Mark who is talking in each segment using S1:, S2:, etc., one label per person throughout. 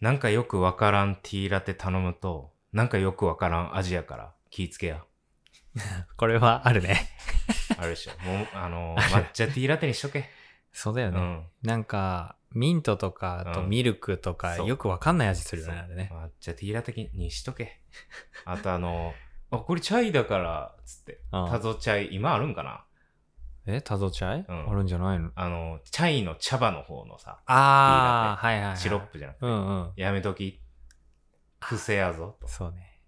S1: なんかよくわからんティーラテ頼むと、なんかよくわからん味やから気ぃつけや。
S2: これはあるね。
S1: あるでしょ。もう、あ の、抹茶ティーラテにしとけ。
S2: そうだよ
S1: う
S2: ね。
S1: ん。
S2: なんか、ミントとか、あと
S1: うん
S2: ミルクとか、
S1: そう
S2: よくわかんない味するよね、あれね。
S1: 抹茶ティーラテにしとけ。あとあの、あ、これチャイだから、つって。
S2: うん
S1: タゾチャイ、今あるんかな
S2: え、タゾチャイ
S1: うん
S2: あるんじゃないの
S1: あの、チャイの茶葉の方のさ、
S2: あー、はいはいはい。
S1: シロップじゃなくて、
S2: うんうん。
S1: やめとき、癖やぞ、と。
S2: そうね。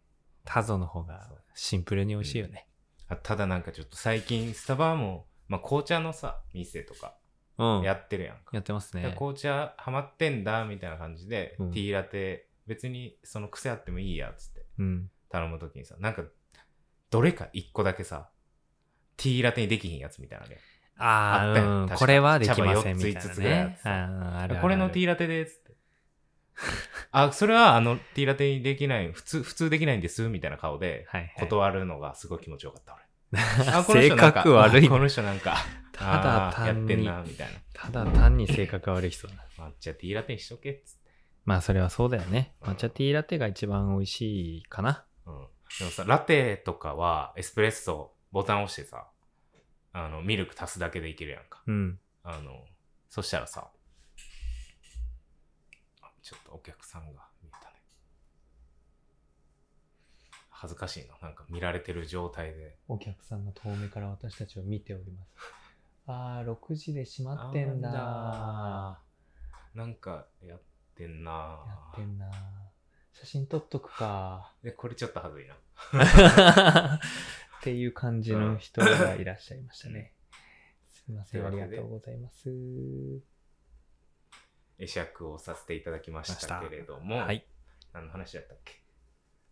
S2: タゾの方が
S1: そう
S2: シンプルに美味しいよね。
S1: あただなんかちょっと最近、スタバも、まあ、紅茶のさ、店とか、
S2: うん。
S1: や
S2: や
S1: ってるやんか。
S2: ってます
S1: だから
S2: ね。
S1: 紅茶ハマってんだ、みたいな感じで、
S2: うん
S1: ティーラテ、別にその癖あってもいいや、つって
S2: うん。
S1: 頼むときにさ、なんか、どれか一個だけさ、ティーラテにできひんやつみたいなね。あ
S2: あ
S1: ったよ
S2: ー、うん
S1: 確か
S2: これはできませんみ
S1: 茶葉
S2: た
S1: 四つ五
S2: いな
S1: つぐらいあっ
S2: ね。
S1: て
S2: あ
S1: さ
S2: ーあるある
S1: これのティーラテで、つって。あ、それはあの、ティーラテにできない、普通、普通できないんです、みたいな顔で、
S2: はいはい
S1: 断るのがすごい気持ちよか った、俺。あ、この
S2: 性
S1: 人なんか
S2: 格悪い
S1: あこの人なんか、
S2: ただ
S1: あーやっ
S2: 単
S1: てん
S2: に
S1: な、みたいな。
S2: ただ単に性格が悪い人だな
S1: 抹茶ティーラテにしとけっつって。
S2: まあそれはそうだよね抹茶ティーラテが一番美味しいかな
S1: うん。でもさ、ラテとかは、エスプレッソ、ボタン押してさ、あの、ミルク足すだけでいけるやんか。
S2: うん
S1: あの、そしたらさ、あちょっとお客さんが見えたね。恥ずかしいな。なんか見られてる状態で。
S2: お客さんが遠目から私たちを見ており ますああ6時で閉
S1: まってんだなんかやってんなぁ
S2: んだ写真撮っとく か
S1: で、これちょっと恥ずいな。
S2: っていう感じの人がいらっしゃいましたねすみませんありがとうございます
S1: 会釈をさせていただきましたけれども、
S2: はい
S1: 何の話だったっけ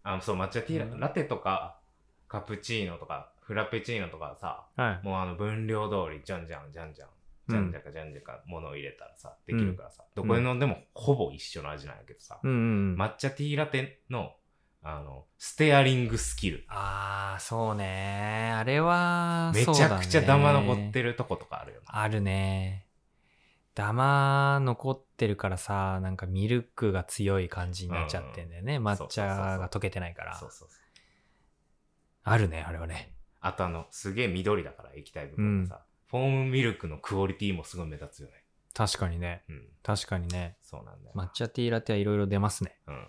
S1: あ、そう、抹茶ティーラ、
S2: うん
S1: ラテとか、カプチーノとか、フラペチーノとかさ、
S2: はい
S1: もうあの分量通り、じゃんじゃん、じゃんじゃん、じゃんじゃかじゃんじゃか、ものを入れたらさ、できるからさ、
S2: ん
S1: どこで飲んでもほぼ一緒の味なんやけどさ、
S2: うんうん
S1: 抹茶ティーラテの、あの、ステアリングスキル。
S2: ああそうねあれは
S1: めちゃくちゃ
S2: ダ
S1: ダ
S2: マ
S1: マ残ってるとことかあるよな。
S2: あるね。ダマ残ってるからさ、なんかミルクが強い感じになっちゃってんだよね。抹茶が溶けてないから
S1: そう。そうそう。
S2: あるね、あれはね。
S1: あとあの、すげえ緑だから液体部分がさ、フォームミルクのクオリティもすごい目立つよね。
S2: 確かにね。
S1: うん。
S2: 確かにね。
S1: そうなんだよな。
S2: 抹茶ティーラテはいろいろ出ますね。
S1: うん。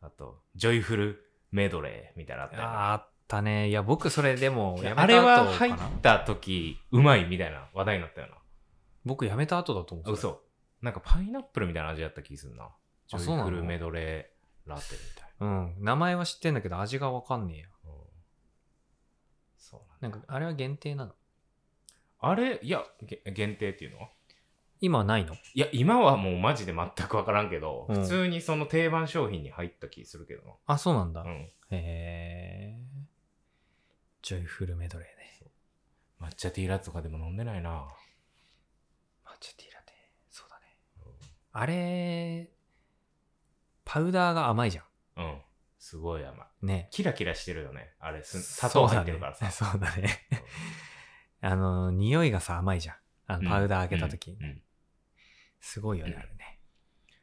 S1: あと、ジョイフルメドレーみたいなのあったよね
S2: ああったね。いや、僕それでもやめた後かな。
S1: あれは入った時、うまいみたいな話題になったよな。
S2: 僕やめた後だと思う。
S1: あ嘘。なんかパイナップルみたいな味だった気すんな。ジ
S2: そ
S1: ョイ
S2: うな
S1: フ
S2: の
S1: ルメドレーラテみたい
S2: うん。名前は知ってんだけど味がわかんねえよ。
S1: な。うんそうなんだ。
S2: なんか、あれは限定なの。
S1: あれ、いや、げ限定っていうのは
S2: 今はないの
S1: いや、今はもうマジで全くわからんけど、
S2: うん
S1: 普通にその定番商品に入った気するけど
S2: あ、そうなんだ。
S1: な。うん。
S2: へえ。ジョイフルメドレーね。
S1: 抹茶ティーラテとかでも飲んでないな。
S2: 抹茶ティーラテそうだねあれパウダーが甘いじゃ
S1: うん。すごい甘い。
S2: んね
S1: キラキラしてるよね。あれ、す砂糖入ってるからさ。
S2: そうだねそうだね
S1: うん
S2: あの匂いがさ甘いじゃんあのパウダー開けた時、
S1: うんうん
S2: すごいよね、
S1: うん
S2: あれね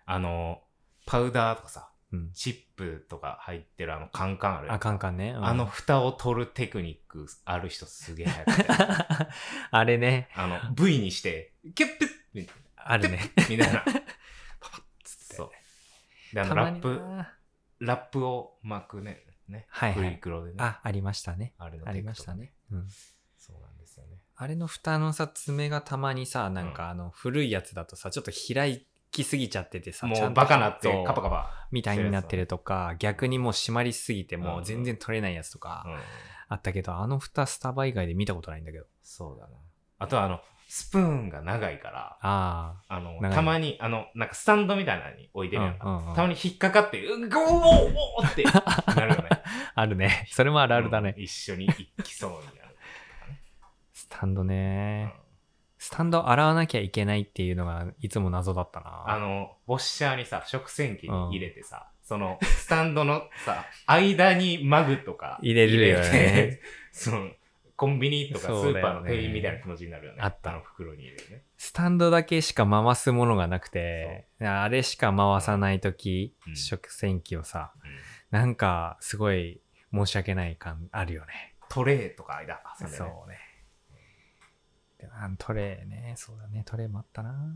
S1: あの、パウダーとかさ、
S2: うん
S1: チップとか入ってるあのカンカンある。
S2: あかんかんね、うん
S1: あの蓋を取るテクニックある人すげえ早 くて。
S2: あれね
S1: あの、V にして、キュッピュッみたい
S2: あるね
S1: な。み たいなパパッつって。
S2: そ
S1: そうう。で、あの、
S2: たま
S1: ラッ
S2: に
S1: プ、
S2: な
S1: ラップを巻くね。ね。
S2: はいはい
S1: プリクロでね。
S2: あありましたね
S1: あれの
S2: あ
S1: テ
S2: り
S1: ク
S2: ま
S1: と
S2: し
S1: か
S2: たね。、うん、
S1: そうなんですよね。
S2: あれの蓋のさ爪がたまにさなんかあの古いやつだとさちょっと開きすぎちゃっててさちゃ
S1: も
S2: ん
S1: う
S2: と
S1: バカなって
S2: そう、
S1: カパカパ。
S2: みたいになってるとか、逆にもう締まりすぎて、
S1: うん
S2: も
S1: う
S2: うん全然取れないやつ
S1: う
S2: とか
S1: ん。
S2: あったけど、あの蓋スタバ以外で見たことないんだけど。
S1: そうだな。あとはあの、スプーンが長いから、
S2: あ
S1: あの
S2: 長、い
S1: たまに、あの、なんかスタンドみたいなのに置いてるやんか。
S2: うんうんうん
S1: たまに引っかかって、うん、ゴーゴーゴーってなるよね。
S2: あ、あるね。それ もあるあるだね。
S1: うん一緒に行きそうになる。
S2: スタンド
S1: うん
S2: ね。スタンド洗わなきゃいけないっていうのがいつも謎だったな。
S1: あ
S2: の、
S1: の、ウォッシャーにさ、食洗機に入れてさ、その、スタンドのさ、間にマグとか
S2: 入れるよね
S1: 入れ て。その、コンビニとかス
S2: そうだよね
S1: ーパーの店員みたいな気持ちになるよね。
S2: あった
S1: の袋に入れるね。
S2: スタンドだけしか回すものがなくて、あれしか回さないとき、
S1: うん
S2: 食洗機を さ、
S1: うん
S2: なんかすごい申し訳ない感あるよね。
S1: トレーとか間挟んでね
S2: そうね。であトレーね、そうだね、トレーもあったな。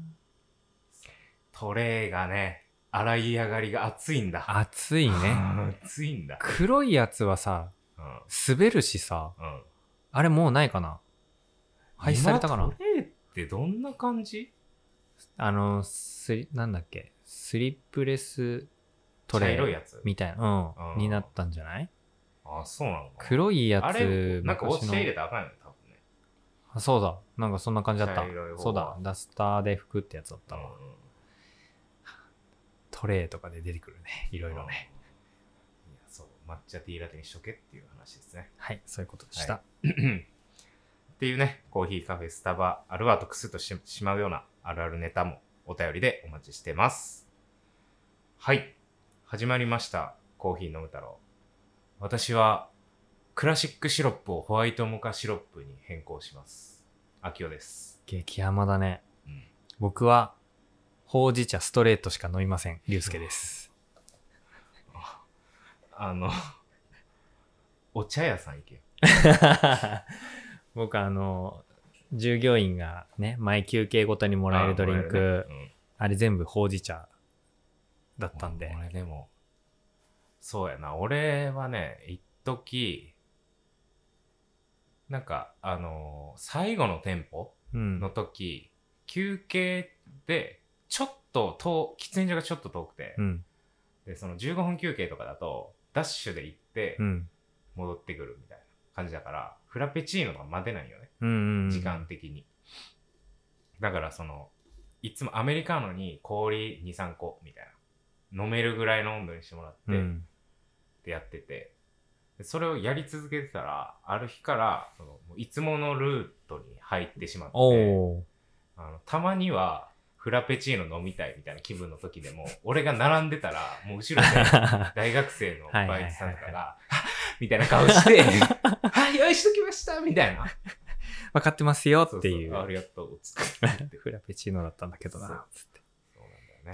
S1: トレーがね洗い上がりが熱いんだ
S2: 熱いね。
S1: 熱いんだ
S2: 黒いやつはさ、
S1: うん
S2: 滑るしさ、
S1: うん
S2: あれもうないかな廃止されたかな
S1: 今トレーってどんな感じ
S2: あの、スリ、なんだっけ、スリップレストレ
S1: 茶色い
S2: ー
S1: やつ
S2: みたいな、うん、
S1: うん
S2: になったんじゃない
S1: あそうなのかな
S2: 黒いや
S1: あれ
S2: つ、
S1: なんか落ち
S2: 昔
S1: て入れ
S2: の。
S1: たらあかんよね多分ね
S2: あそうだ、なんかそんな感じだった
S1: 茶色い方。は
S2: そうだ、ダスターで拭くってやつだったわ。
S1: うん
S2: トレーとかで出てくるね、いろいろね。
S1: いやそう抹茶ティーラテにしとけっていう話ですね
S2: はい、そういうことでした。
S1: はっていうねコーヒーカフェスタバあるはとクスッとしてしまうようなあるあるネタもお便りでお待ちしてますはい始まりましたコーヒー飲む太郎私はクラシックシロップをホワイトモカシロップに変更します秋代です、
S2: 激甘だね。
S1: うん、
S2: 僕は、ほうじ茶ストレートしか飲みません。りゅうす けです。
S1: あのお茶屋さん行けよ
S2: 僕あの、従業員がね、毎休憩ごとにもらえるドリン
S1: あもらえ
S2: ク
S1: る、ねうん
S2: あれ全部ほうじ茶だったんで。
S1: 俺でも、そうやな、俺はね、一時なんか、あのー最後の店舗
S2: うん
S1: の。時、休憩で、ちょっと遠、喫煙所がちょっと遠くて、
S2: うん。
S1: で、その15分休憩とかだと、ダッシュで行って
S2: う、ん。
S1: 戻ってくるみたいな感じだから、フラペチーノとか待てないよね、
S2: うんうんうん。
S1: 時間。的に。だから、その、いつもアメリカーノに氷2、3個みたいな、飲めるぐらいの温度にしてもらって、
S2: うん。
S1: ってやっててでそれをやり続けてたらある日からそのもういつものルートに入ってしまって
S2: お お
S1: あのたまにはフラペチーノ飲みたいみたいな気分の時でも俺が並んでたらもう後 ろで
S2: ー。
S1: 大学生の
S2: はいはいはいはい
S1: バイトさんとかがはっ「 みたいな顔 して「はい用意しときました」みたいな
S2: わかってますよ
S1: そ
S2: っ
S1: うそ
S2: て
S1: う
S2: いう。
S1: ありがとう」つ って言って
S2: フラペチーノだったんだけど
S1: そう
S2: な。つって。
S1: そうなんだよね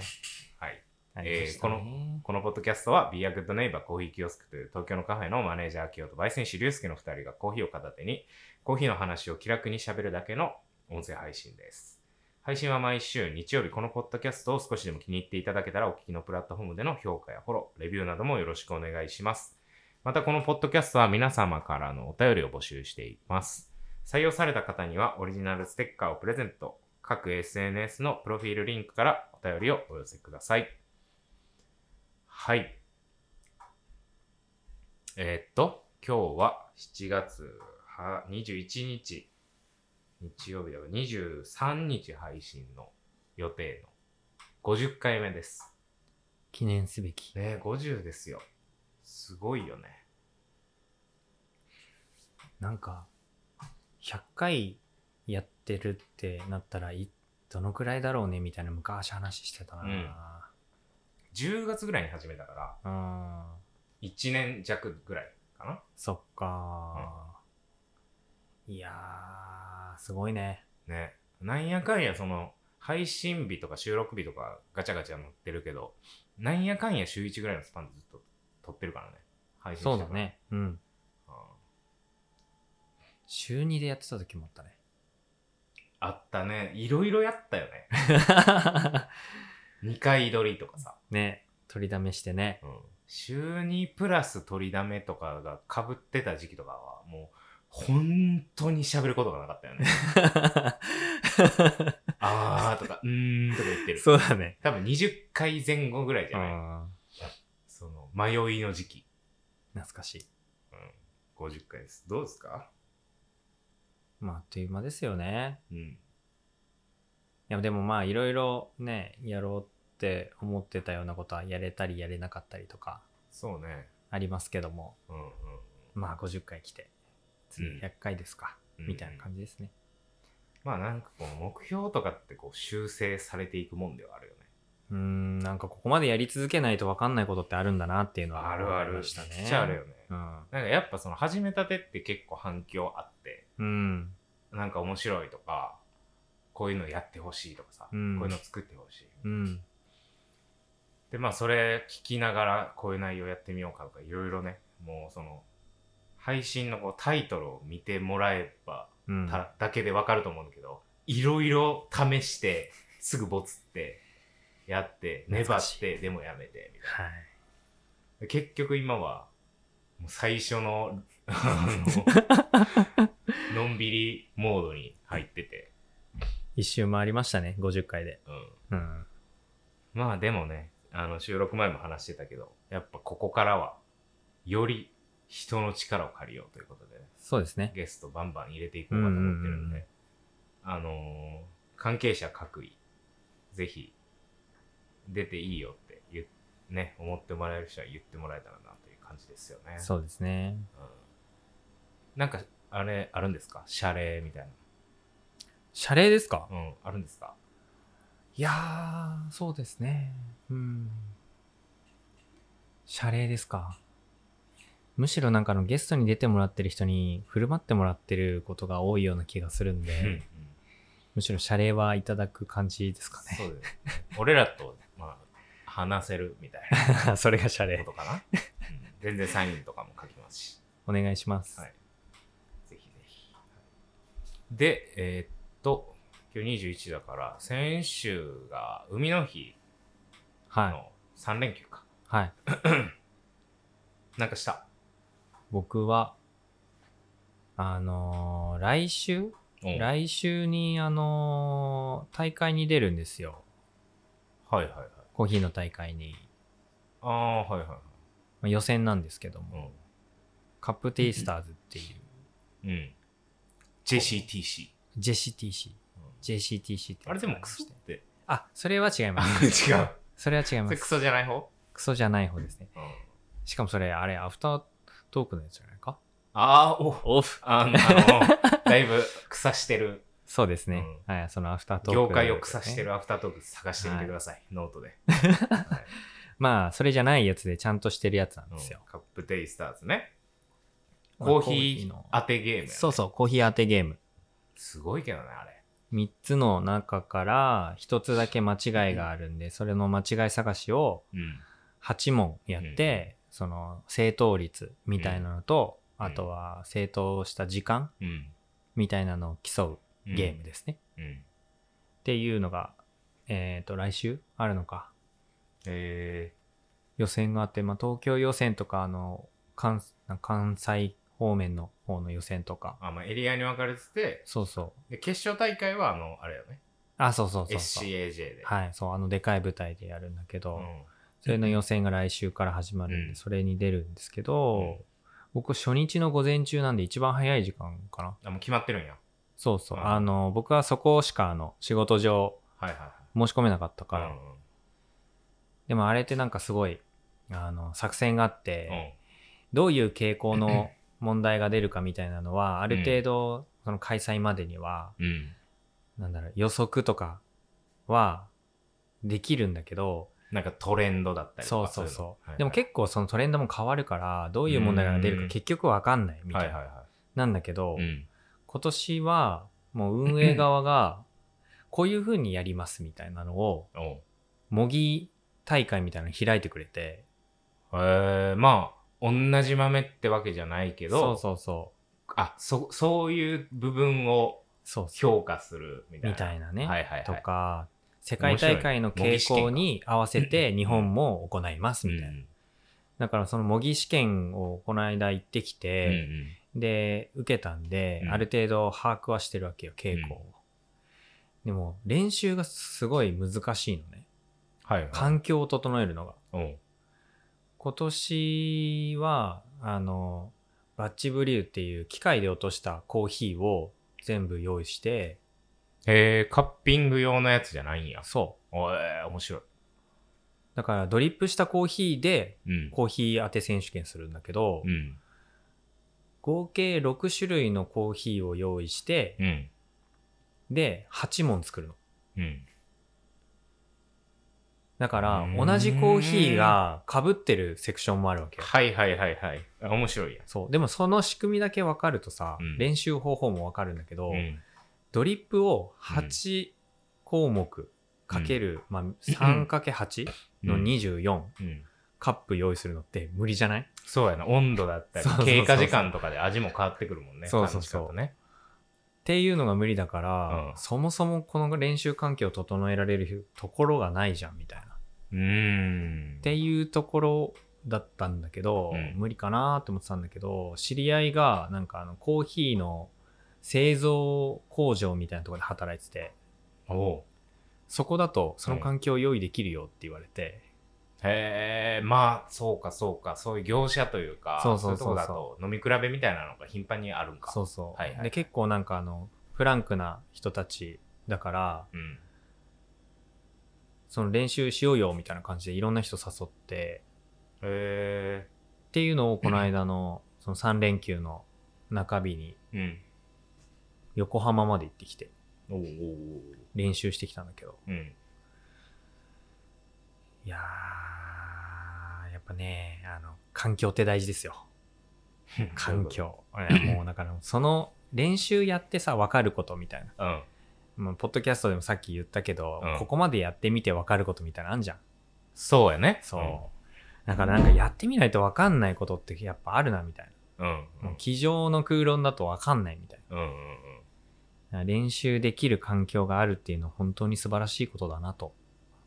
S1: はい
S2: あ
S1: えー
S2: りましたね
S1: ここのポッドキャストは、ビアグッドネイバーコーヒーキオスクという東京のカフェのマネージャー企業と焙煎師龍介の2人がコーヒーを片手に、コーヒーの話を気楽に喋るだけの音声配信です。配信は毎週日曜日、このポッドキャストを少しでも気に入っていただけたら、お聞きのプラットフォームでの評価やフォロー、レビューなどもよろしくお願いします。また、このポッドキャストは皆様からのお便りを募集しています。採用された方にはオリジナルステッカーをプレゼント。各 SNS のプロフィールリンクからお便りをお寄せください。はい。えーっと、今日は7月は21日、日曜日だから23日配信の予定の50回目です。
S2: 記念すべき。
S1: ねえ50ですよ。すごいよね。
S2: なんか、100回やってるってなったら、いどのくらいだろうねみたいな昔話してたな。
S1: 10月ぐらいに始めたから、
S2: うん。
S1: 1年弱ぐらいかな。
S2: そっかー。いやー、すごいね。
S1: ね、なんやかんやその配信日とか収録日とかガチャガチャ載ってるけど、なんやかんや週1ぐらいのスパンでずっと撮ってるからね。配信して
S2: そ
S1: か
S2: う
S1: ら
S2: だ。ね。うん。
S1: うん
S2: 週2でやってた時もあったね。
S1: あったね。いろいろやったよね。2回撮りとかさ。
S2: ね、取りだめして ね。
S1: うん週2プラス撮りだめとかが被ってた時期とかは、もう、本当に喋ることがなかったよね。 あーとか、うーんとか言ってる。
S2: そうだね。
S1: 多分20回前後ぐらいじゃない
S2: あ
S1: その、迷いの時期。
S2: ー懐かしい。
S1: うん、50回です。どうですか
S2: まあ、あっという間ですよね。
S1: うん。
S2: いや、でもまあ、いろいろね、やろうって思ってたようなことは、やれたりやれなかったりとか、
S1: そうね。
S2: ありますけども、
S1: うんうん
S2: まあ、50回来て、次
S1: うん
S2: 100回ですか、
S1: うん。
S2: みたいな感じですね。
S1: まあなんかこう目標とかってこう修正されていくもんではあるよね。
S2: うーん、なんかここまでやり続けないと分かんないことってあるんだなっていうのは
S1: あるあ
S2: 思
S1: る。
S2: いましたね。
S1: めっちゃあるよね。
S2: うん。
S1: なんかやっぱその始めたてって結構反響あって、
S2: うん。
S1: なんか面白いとか、こういうのやってほしいとかさ、
S2: うん
S1: こういうの作ってほしい。
S2: うん。
S1: で、まあそれ聞きながらこういう内容やってみようかとか、いろいろね、もうその、配信のこうタイトルを見てもらえば
S2: うん。
S1: た、だけでわかると思うんだけど、いろいろ試して、すぐボツって、やって、粘
S2: 難
S1: っ、
S2: して
S1: でもやめて、みたい
S2: はい。
S1: な。結局今は、もう最初 の、あの、のんびりモードに入ってて、
S2: 一周回りましたね、50回で。
S1: うん。
S2: うん。
S1: まあでもね、あの収録前も話してたけど、やっぱここからは、より人の力を借りようということでね、
S2: そうですね。
S1: ゲストバンバン入れていこうかと思ってるんで、あのー関係者各位、ぜひ、出ていいよって言っ、ね、思ってもらえる人は言ってもらえたらなという感じですよね。
S2: そうですね。
S1: うんなんか、あれ、あるんですか謝礼みたい
S2: 謝礼ですか
S1: な。うん、あるんですか
S2: いやー、そうですね。うん。謝礼ですか。むしろなんかあのゲストに出てもらってる人に振る舞ってもらってることが多いような気がする
S1: う
S2: ん
S1: んう
S2: で
S1: ん、
S2: むしろ謝礼はいただく感じですか
S1: そうだよね。俺らと、まあ、話せるみたいな。
S2: ね。それが謝
S1: こ
S2: 礼。
S1: と かな、うん全然サインとかも書きますし、
S2: お願いします。
S1: はい、ぜひぜひ。で、えーっと、今日21だから、先週が海の日
S2: はい。
S1: の3連休か。
S2: はい。
S1: なんかした。
S2: 僕は、あのー来週
S1: うんはい
S2: 来週に、あのー大会に出るんですよ。
S1: はいはい。
S2: コーヒーの大会に。
S1: ああ、はいはいは
S2: まあ予選なんですけど
S1: い。
S2: も、カップテイスターズっていう、
S1: うん。うん。JCTC。
S2: JCTC。JCTC って。
S1: あれでもクソって。
S2: あ、それは違いま す。
S1: 違う。
S2: それは違い
S1: そ
S2: ま
S1: れ
S2: す。
S1: クソじゃない方
S2: クソじゃない方ですね。
S1: うん。
S2: しかもそれ、あれ、アフタートークのやつじゃないか
S1: ああ、お、
S2: オフ。
S1: あの、あのだいぶ草してる、
S2: そうですね。はい、そのアフタートーク、
S1: 業界を草して。るアフタートーク探してみてください、ノートで。はい
S2: まあ、それじゃないやつで、ちゃんとしてるやつなん
S1: うん
S2: ですよ。
S1: カップテイスターズね。
S2: まあ
S1: コーヒー
S2: の
S1: 当てゲームやね、
S2: そうそう、コーヒー当てゲーム。
S1: すごいけどね、あれ。
S2: 3つの中から1つだけ間違いがあるんで、それの間違い探しを
S1: うん。
S2: 8問やって、その正答率みたいなのと、
S1: うん
S2: あとは正答した時間
S1: うん。
S2: みたいなのを競うゲームですね。
S1: うん。うん。
S2: っていうのが、えっ、と、来週あるのか。
S1: え
S2: 予選があって、まあ、東京予選とか、あの、関関西方面の方の予選とか。
S1: ー、あ、まあ、エリアに分かれてて、
S2: そうそう。
S1: で、決勝大会は、あの、あれよね。
S2: あ、そうそうそうそう。
S1: SCAJ で。
S2: はい、そう、あの、でかい舞台でやるんだけど、
S1: うん。
S2: それの予選が来週から始まるんで、
S1: うん
S2: それに出るんですけ
S1: うん
S2: ど、僕初日の午前中なんで一番早い時間かな。
S1: あ、もう決まってるんや。
S2: そうそう。
S1: うん
S2: あの、僕はそこしかあの、仕事上
S1: はいはいはい。
S2: 申し込めなかったから。
S1: うんうん
S2: でもあれってなんかすごい、あの、作戦があって、
S1: うん。
S2: どういう傾向の問題が出るかみたいなのは、ある程度、その開催までには、
S1: うん。
S2: なんだろう、予測とかはできるんだけど、
S1: なんかトレンドだったりと
S2: そう
S1: か
S2: そうそう。
S1: いの
S2: でも結構そのトレンドも変わるから、どういう問題が出る
S1: う
S2: か
S1: ん
S2: 結局わかんないみたい
S1: は
S2: な。
S1: いはいは
S2: なんだけど、
S1: い。うん。
S2: 今年はもう運営側が、こういう風にやりますみたいなのを、
S1: おう
S2: 模擬大会みたいなの開いてくれて、
S1: えー、まあ、同じ豆ってわけじゃないけど、
S2: そうそうそう。
S1: あ、そ、そういう部分を
S2: そうそう。
S1: 評価するみたいな。
S2: みたいなね。
S1: はいはいはい。
S2: とか、世界大会の傾向に合わせて日本も行いますみたいな。
S1: うん
S2: だからその模擬試験をこの間行ってき
S1: うんう
S2: て、
S1: ん
S2: で、受けたんで、
S1: うん
S2: ある程度把握はしてるわけよ、傾向を。でも、練習がすごい難しいのね。
S1: はいはい。
S2: 環境を整えるのが。
S1: うん
S2: 今年は、あの、バッチブリューっていう機械で落としたコーヒーを全部用意して、
S1: へえ、カッピング用のやつじゃないんや。
S2: そ
S1: おえー、面白い。
S2: う。だからドリップしたコーヒーで
S1: うん。
S2: コーヒー当て選手権するんだけど、
S1: うん。
S2: 合計6種類のコーヒーを用意して、
S1: うん。
S2: で、8問作るの。
S1: うん。
S2: だから
S1: う、ーん
S2: 同じコーヒーが被ってるセクションもあるわけよ。
S1: はいはいはいはい。あ面白いや。
S2: そう。でもその仕組みだけ分かるとさ、
S1: うん
S2: 練習方法も分かるんだけど、
S1: うん。
S2: ドリップを8項目かける、まあ、3かけ8の24
S1: うん。
S2: カップ用意するのって無理じゃない
S1: そうやな。温度だったり
S2: そうそう、そうそ
S1: 経
S2: う
S1: 過時間とかで味も変わってくるもんね。
S2: そうそうそう
S1: 感じ方ね。
S2: っていうのが無理だから、
S1: うん
S2: そもそもこの練習環境を整えられるところがないじゃんみたいな。っ
S1: うーん。
S2: ていうところだったんだけど、
S1: うん
S2: 無理かなと思ってたんだけど知り合いがなんかあのコーヒーの製造工場みたいなところで働いてて
S1: おう
S2: そこだとその環境を用意できるよって言われて、
S1: へえ、まあ、そうか、そうか。そういう業者というか、
S2: そうそうそうそ
S1: いとこ
S2: う
S1: だと飲み比べみたいなのが頻繁にあるんか。
S2: そうそう、
S1: はいはいはい
S2: で結構なんかあのフランクな人たちだから
S1: うん。
S2: その練習しようよみたいな感じでいろんな人誘って
S1: へ
S2: っていうのをこの間のその3連休の中日に
S1: え。うん。
S2: 横浜まで行ってきて
S1: おうおう
S2: 練習してきたんだけど
S1: おううん。
S2: いやーやっぱねあの環境って大事ですよ 環。境いやもうだからその練習やってさ分かることみたいな
S1: うん。
S2: まあポッドキャストでもさっき言ったけど、
S1: うん
S2: ここまでやってみて分かることみたいなのあんじゃん
S1: そうやね。
S2: そう、だからなんかやってみないと分かんないことってやっぱあるなみたい
S1: うん。うん。
S2: な、もう机上の空論だと分かんないみたいな
S1: うん。うんうんうん。
S2: 練習できる環境があるっていうのは本当に素晴らしいことだなと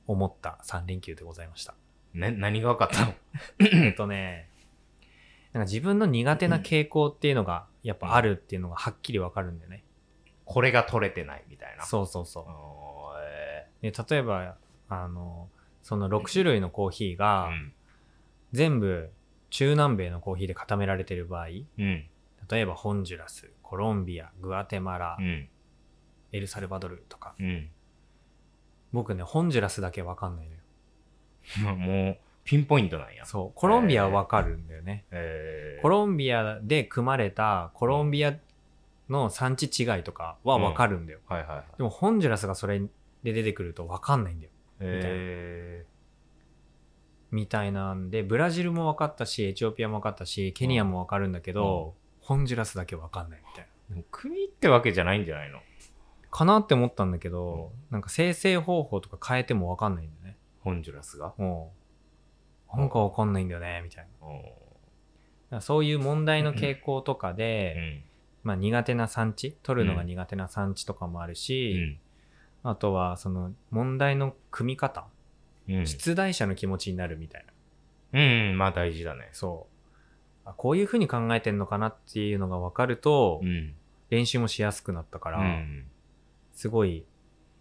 S2: 思った3連休でございました。
S1: ね、何が分かったの
S2: えっとね、なんか自分の苦手な傾向っていうのがやっぱあるっていうのがはっきりわかるんだよね。
S1: これが取れてないみたいな。
S2: そうそうそう
S1: う。え
S2: で例えば、あの、その6種類のコーヒー
S1: ー
S2: が
S1: うん。
S2: 全部中南米のコーヒーで固められてる場合、
S1: うん。
S2: 例えばホンジュラス、コロンビア、グアテマラ
S1: う、ん。
S2: エルサルバドルとか、
S1: うん。
S2: 僕ね、ホンジュラスだけわかんないのよ。
S1: もう、ピンポイントなんや。
S2: そう、コロンビアはわかるんだよね。
S1: えー
S2: コロンビアで組まれたコロンビアの産地違いとかは分かるんだよ、
S1: はいはいはい。
S2: でもホンジュラスがそれで出てくると分かんないんだよ
S1: え
S2: みたいなんでブラジルも分かったしエチオピアも分かったしケニアも分かるんだけど、ホンジュラスだけ分かんないみたいな
S1: ー、でも国ってわけじゃないんじゃないの
S2: かなって思ったんだけど、なんか生成方法とか変えても分かんないんだよね
S1: ホンジュラスが。
S2: もうなんか分かんないんだよねみたいなだ
S1: おー
S2: からそういう問題の傾向とか
S1: う
S2: で、
S1: ん。
S2: まあ、苦手な産地取るのが苦手な産地とかもあるし、あとはその問題の組み方、
S1: うん。
S2: 出題者の気持ちになるみたいな
S1: うん。うん。まあ大事だね。
S2: そうあこういうふうに考えてんのかなっていうのが分かると、
S1: ん。
S2: 練習もしやすくなったから、
S1: うん。
S2: すごい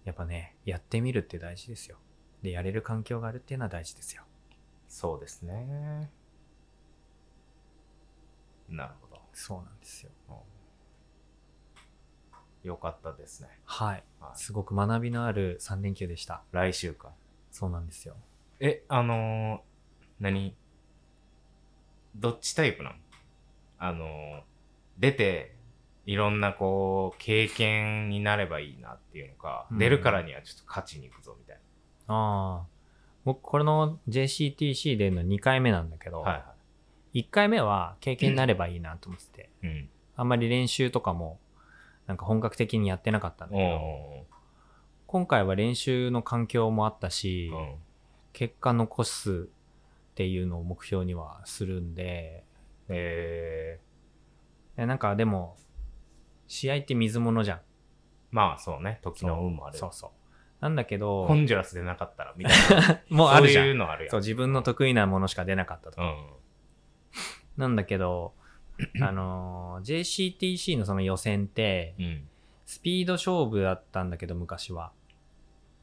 S2: やっぱねやってみるって大事ですよでやれる環境があるっていうのは大事ですよ
S1: そうですね。なるほど。
S2: そうなんですよ
S1: よかったですね。
S2: はい
S1: はい
S2: すごく学びのある3連休でした
S1: 来週か。
S2: そうなんですよ
S1: え、あのー、何どっちタイプなのあのー、出て、いろんなこう、経験になればいいなっていうのか、
S2: うん
S1: 出るからにはちょっと勝ちに行くぞみたい
S2: ああ僕これの JCTC での2回目なんだけど、
S1: な。はいは
S2: 1回目は経験になればいいなと思ってて、
S1: い。うん。
S2: あんまり練習とかも、なんか本格的にやってなかったんだけど、
S1: お
S2: 今回は練習の環境もあったし
S1: ー、うん。
S2: 結果残すっていうのを目標にはするんで、
S1: えー、
S2: えなんかでも、試合って水物じゃん。
S1: まあそうね、時の運もある。
S2: そうそう。なんだけ
S1: ホ
S2: ど、
S1: ンジュラスでなかったらみたいな。
S2: もう あるじゃ。
S1: そういうんのあるやん。
S2: そう、自分の得意なものしか出なかったと
S1: う
S2: か。
S1: ん。
S2: なんだけど、 あのー JCTC のその予選って、
S1: うん。
S2: スピード勝負だったんだけど、昔は。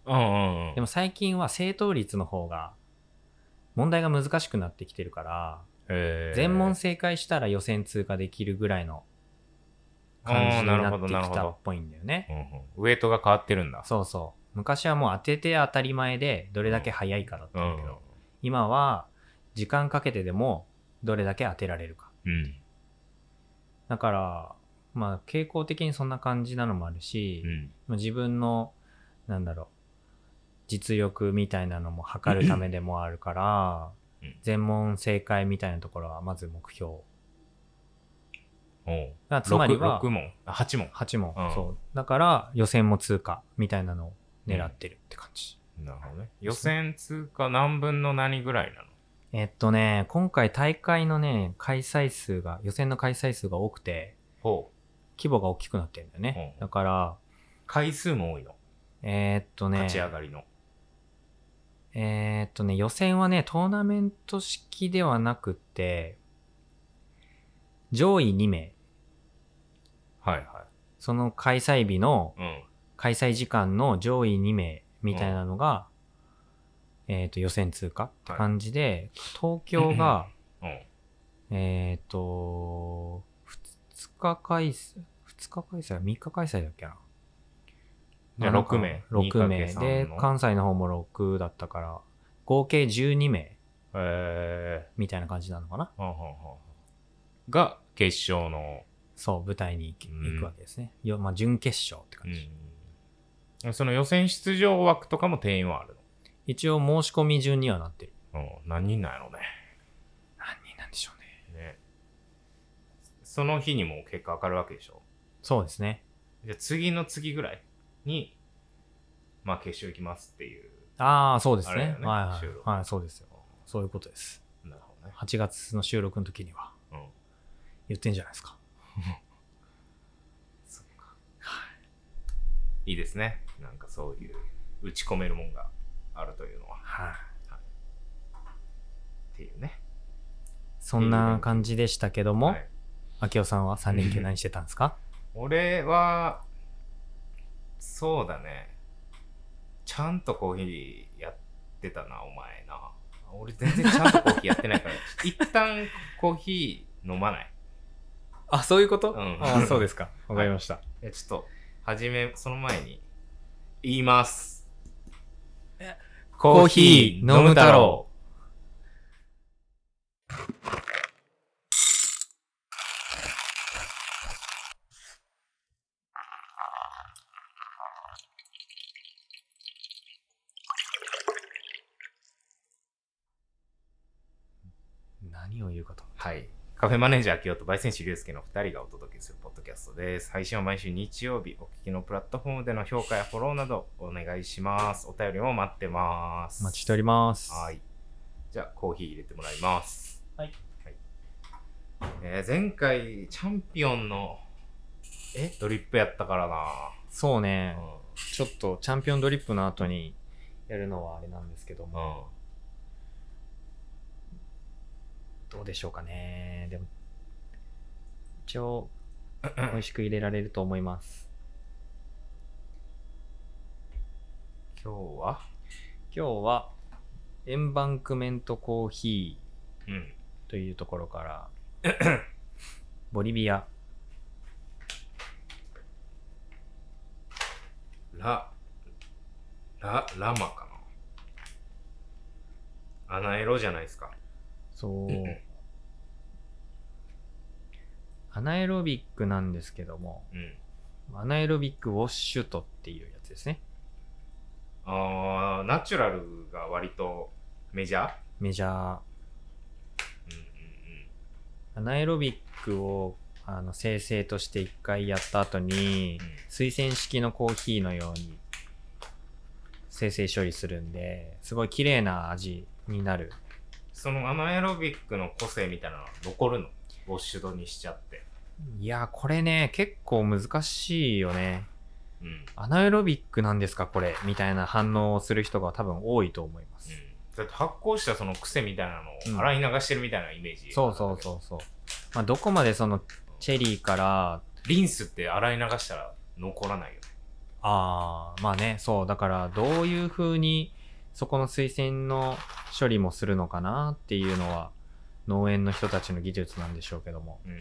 S1: うんうんうん。
S2: でも最近は正答率の方が問題が難しくなってきてるから、
S1: えー、
S2: 全問正解したら予選通過できるぐらいの感じに
S1: あーなる
S2: な
S1: ほ
S2: って
S1: どなる
S2: き
S1: ほ
S2: た
S1: ど
S2: っぽいんだよね。
S1: うんうん。ウエイトが変わってるんだ。
S2: そうそう。昔はもう当てて当たり前でどれだけ早いかだったんだけど、今は時間かけてでもどれだけ当てられるか。
S1: うん。うん。
S2: だから、まあ傾向的にそんな感じなのもあるし
S1: う、ん。
S2: 自分の、なんだろう、実力みたいなのも測るためでもあるから
S1: うん、
S2: 全問正解みたいなところはまず目標
S1: うん
S2: だからつまり
S1: 6,
S2: は
S1: 6問、あ8問。
S2: 8問、
S1: うん
S2: そうだから予選も通過みたいなのを狙ってるって感じ、
S1: なるほどね。予選通過何分の何ぐらいなの
S2: えっとね今回大会のね開催数が予選の開催数が多くて
S1: ほう。
S2: 規模が大きくなってるんだよね、
S1: うん
S2: だから
S1: 回数も多いの。
S2: えっとね
S1: 勝ち上がりの。
S2: えっとね予選はねトーナメント式ではなくて上位2名
S1: はいは
S2: その開催日の
S1: い。うん。
S2: 開催時間の上位2名みたいなのが、えっと予選通過って感じで、東京が
S1: うん。
S2: えっ、と、2日開催、2日開催、3日開催だっけな。
S1: じゃあ
S2: まなんか
S1: 6名
S2: 6名
S1: 2×3
S2: で
S1: の、
S2: 関西の方も6だったから、合計12名
S1: え
S2: みたいな感じなのかな。
S1: ー、はんはんはんはんが決勝の、
S2: そう、舞台に行き
S1: うん
S2: 行くわけですね。よまあ、準決勝って
S1: う
S2: 感じ。
S1: ん、その予選出場枠とかも定員はある
S2: 一応、申し込み順にはなってる。
S1: の。うん、何人なんやろうね。
S2: 何人なんでしょうね。
S1: ね。その日にもう結果わかるわけでしょ。
S2: そうですね。
S1: じゃあ次の次ぐらいに、まあ決勝行きますっていう。
S2: ああ、そうです
S1: あれだ
S2: ね
S1: よ。ね
S2: はいは
S1: 収録
S2: い、はい。そうですよ。そういうことです。
S1: なるほどね。
S2: 8月の収録の時には
S1: うん。
S2: 言ってんじゃないですか。
S1: そっか。いいですね。なんかそういう打ち込めるもんがあるというのは。
S2: はい、
S1: っていうね。
S2: そんな感じでしたけども、
S1: はい、
S2: 秋代さんは3連休何してたんですか
S1: 俺は、そうだね。ちゃんとコーヒーやってたな、お前な。俺全然ちゃんとコーヒーやってないから、一旦コーヒー飲まない。
S2: あ、そういうこと
S1: うん
S2: あそうですか。 わかりました。
S1: いやちょっと、はじめ、その前に、言います。
S2: コーヒー飲む太郎。何を言うかと思っ
S1: はい。カフェマネージャー、清と焙煎師、龍介の2人がお届けするポッドキャストです。配信は毎週日曜日、お聞きのプラットフォームでの評価やフォローなどお願いします。お便りも待ってます。
S2: た。お待ちしております。
S1: はい。じゃあ、コーヒー入れてもらいます。
S2: はい。
S1: えー前回、チャンピオンの、えドリップやったからな。
S2: そうね、
S1: うん
S2: ちょっとチャンピオンドリップの後にやるのはあれなんですけど
S1: う
S2: も、
S1: ん。
S2: どうでしょうかね。でも、一応、美味しく入れられると思います。
S1: 今日は
S2: 今日は、エンバンクメントコーヒ
S1: うん。
S2: ーというところから、 ボリビア、
S1: ラ、ラ、ラマかな。アナエロじゃないですか。
S2: そう
S1: うん、
S2: アナエロビックなんですけども、
S1: うん。
S2: アナエロビックウォッシュトっていうやつですね。
S1: あーナチュラルが割とメジャー
S2: メジャー。
S1: うんうんうん。
S2: アナエロビックをあの生成として一回やった後に、推薦式のコーヒーのように生成処理するんで、すごい綺麗な味になる。
S1: そのアナエロビックの個性みたいなのは残るのウォッシュドにしちゃって。
S2: いやー、これね、結構難しいよね。
S1: うん。うん。
S2: アナエロビックなんですか、これ。みたいな反応をする人が多分多いと思います。
S1: だって発酵したその癖みたいな
S2: う
S1: のを
S2: ん
S1: 洗い流してるみたいなイメージ、
S2: そうそうそうそう。まあ、どこまでそのチェリーから、
S1: う。リンスって洗い流したら残らないよね。
S2: あー、まあね、そう。だから、どういう風に、そこの推薦の処理もするのかなっていうのは、農園の人たちの技術なんでしょうけども。
S1: うん。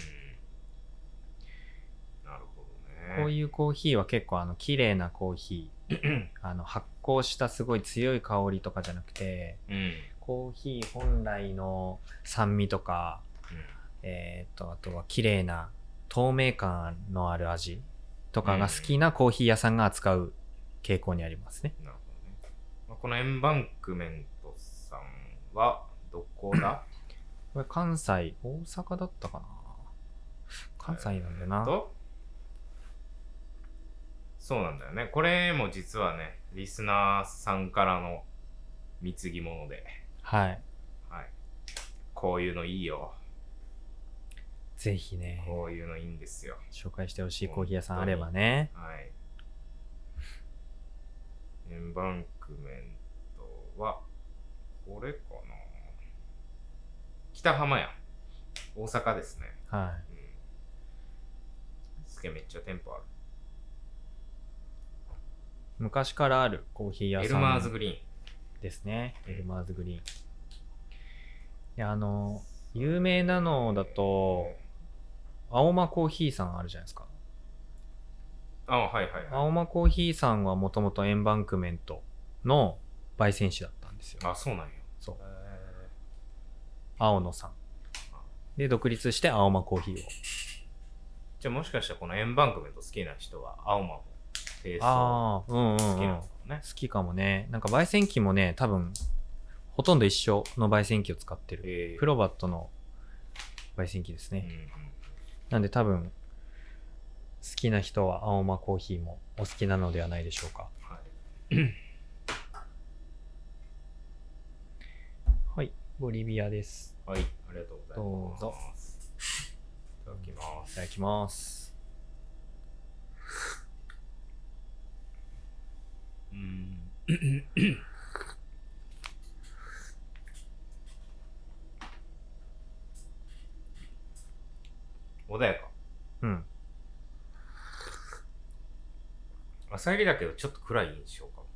S1: なるほどね。
S2: こういうコーヒーは結構あの綺麗なコーヒーあの発酵したすごい強い香りとかじゃなくて
S1: うん。うん。
S2: コーヒー本来の酸味とか、えー、とあとは綺麗な透明感のある味とかが好きなコーヒー屋さんが扱う傾向にありますね。
S1: なるほどね。まあ、このエンバンクメントさんは、どこだ
S2: これ関西大阪だったかな関西なんだよな。
S1: とそうなんだよねこれも実はねリスナーさんからの貢ぎ物で、
S2: はい。
S1: はい、こういうのいいよ
S2: ぜひね、
S1: こういうのいいんですよ
S2: 紹介してほしいコーヒー屋さんあればね。
S1: はいエンバンクメントはこれかな北浜や大阪ですね
S2: は
S1: うんすげえめっちゃ店舗ある
S2: い。昔からあるコーヒー屋
S1: エル
S2: さ
S1: マーズ
S2: ん
S1: グリーン
S2: ですね。
S1: うん
S2: エルマーズグリーン。いや、あの、有名なのだと、青間コーヒーさんあるじゃないですか。
S1: あはいはいはい
S2: 青間コーヒーさんはもともとエンバンクメントの焙煎師だったんですよ。
S1: あそうなんや
S2: そう。
S1: へ
S2: 青野さん。で、独立して青間コーヒーを。
S1: ーじゃあもしかしたらこの円バンクメント好きな人は青マもテイスト
S2: ああ、うんうん、うん。
S1: 好きなの
S2: 好
S1: かもね
S2: きかもね。なんか焙煎機もね、多分、ほとんど一緒の焙煎機を使ってる。
S1: えー
S2: プロバットの焙煎機です
S1: うんう
S2: ね。
S1: ん
S2: なんで多分、好きな人は青間コーヒーもお好きなのではないでしょうか。
S1: はい
S2: はい、ボリビアです。
S1: はい、ありがとうございます。
S2: どうぞ
S1: いただきま
S2: い
S1: す。
S2: ただきます。
S1: うん。 穏やか。
S2: うん。
S1: 朝入りだけどちょっと暗い印象かも。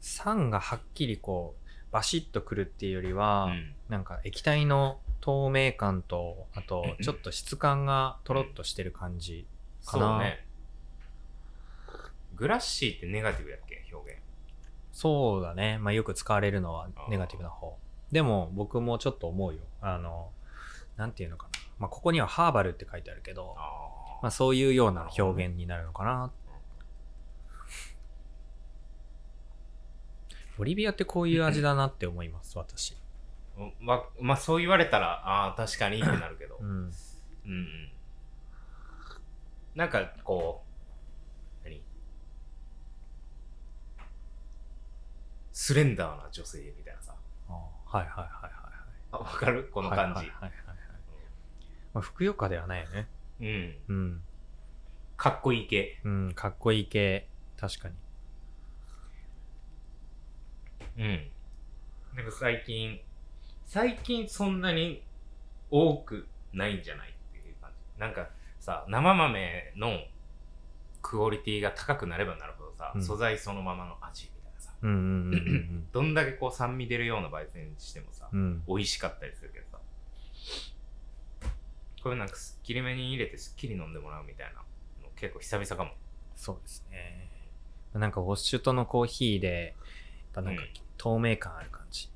S2: 酸がはっきりこう、バシッとくるっていうよりは、
S1: うん
S2: なんか液体の透明感と、あと
S1: うんうん
S2: ちょっと質感がとろっとしてる感じ。か
S1: そう
S2: な
S1: ね。グラッシーってネガティブだっけ表現。
S2: そうだね。まあよく使われるのはネガティブな方。でも僕もちょっと思うよ。あの、なんていうのかな。まあここにはハーバルって書いてあるけど、
S1: あ
S2: まあそういうような表現になるのかな。ボリビアってこういう味だなって思います、私。
S1: ままあそう言われたら、ああ、確かにってなる けど。
S2: うん。
S1: うんうん。なんかこう、何スレンダーな女性みたいなさ。
S2: あーはいはいはいはい。
S1: あ、わかるこの感
S2: はい
S1: じ
S2: はい。はいはいはい。まあ、ふくよかではないよね。
S1: うん。
S2: うん。
S1: かっこいい系。
S2: うん、かっこいい系。確かに。
S1: うん。なんか最近、最近そんなに多くないんじゃないっていう感じ。なんかさ、生豆のクオリティが高くなればなるほどさ、
S2: うん
S1: 素材そのままの味みたいなさ。
S2: うんうんうん
S1: どんだけこう酸味出るような焙煎してもさ、
S2: うんうん。うん。
S1: 美味しかったりするけどさこれなんかすっきりめに入れてすっきり飲んでもらうみたいなの結構久々かも
S2: そうですね。なんかウォッシュとのコーヒーで、やっぱなんか
S1: うん
S2: 透明感ある感じ。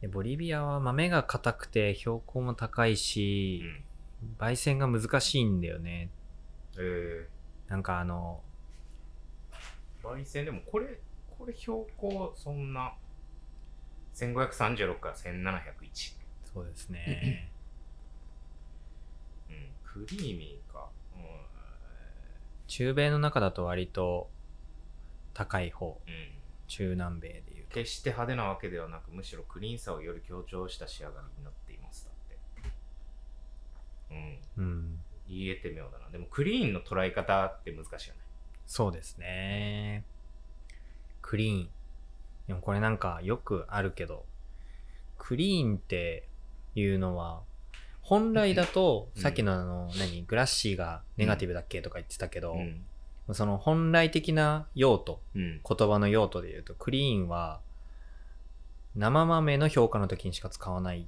S2: でボリビアは豆が硬くて標高も高いうし、
S1: ん
S2: 焙煎が難しいんだよね。
S1: え
S2: なんかあの、
S1: ー、焙煎でもこれこれ標高そんな1536から1701
S2: そうですね。
S1: うんクリーミーかうん
S2: 中米の中だと割と高い方。
S1: うん
S2: 中南米でいうと。
S1: 決して派手なわけではなくむしろクリーンさをより強調した仕上がりになっていますだってうん
S2: うん。
S1: 言えて妙だなでもクリーンの捉え方って難しいよね
S2: そうですね。クリーン。でもこれなんかよくあるけど、クリーンっていうのは、本来だと、
S1: うん
S2: さっきのあの、何、グラッシーがネガティブだっけとか言ってたけど、
S1: ん
S2: その本来的な用途、
S1: うん
S2: 言葉の用途で言うと、クリーンは、生豆の評価の時にしか使わないっ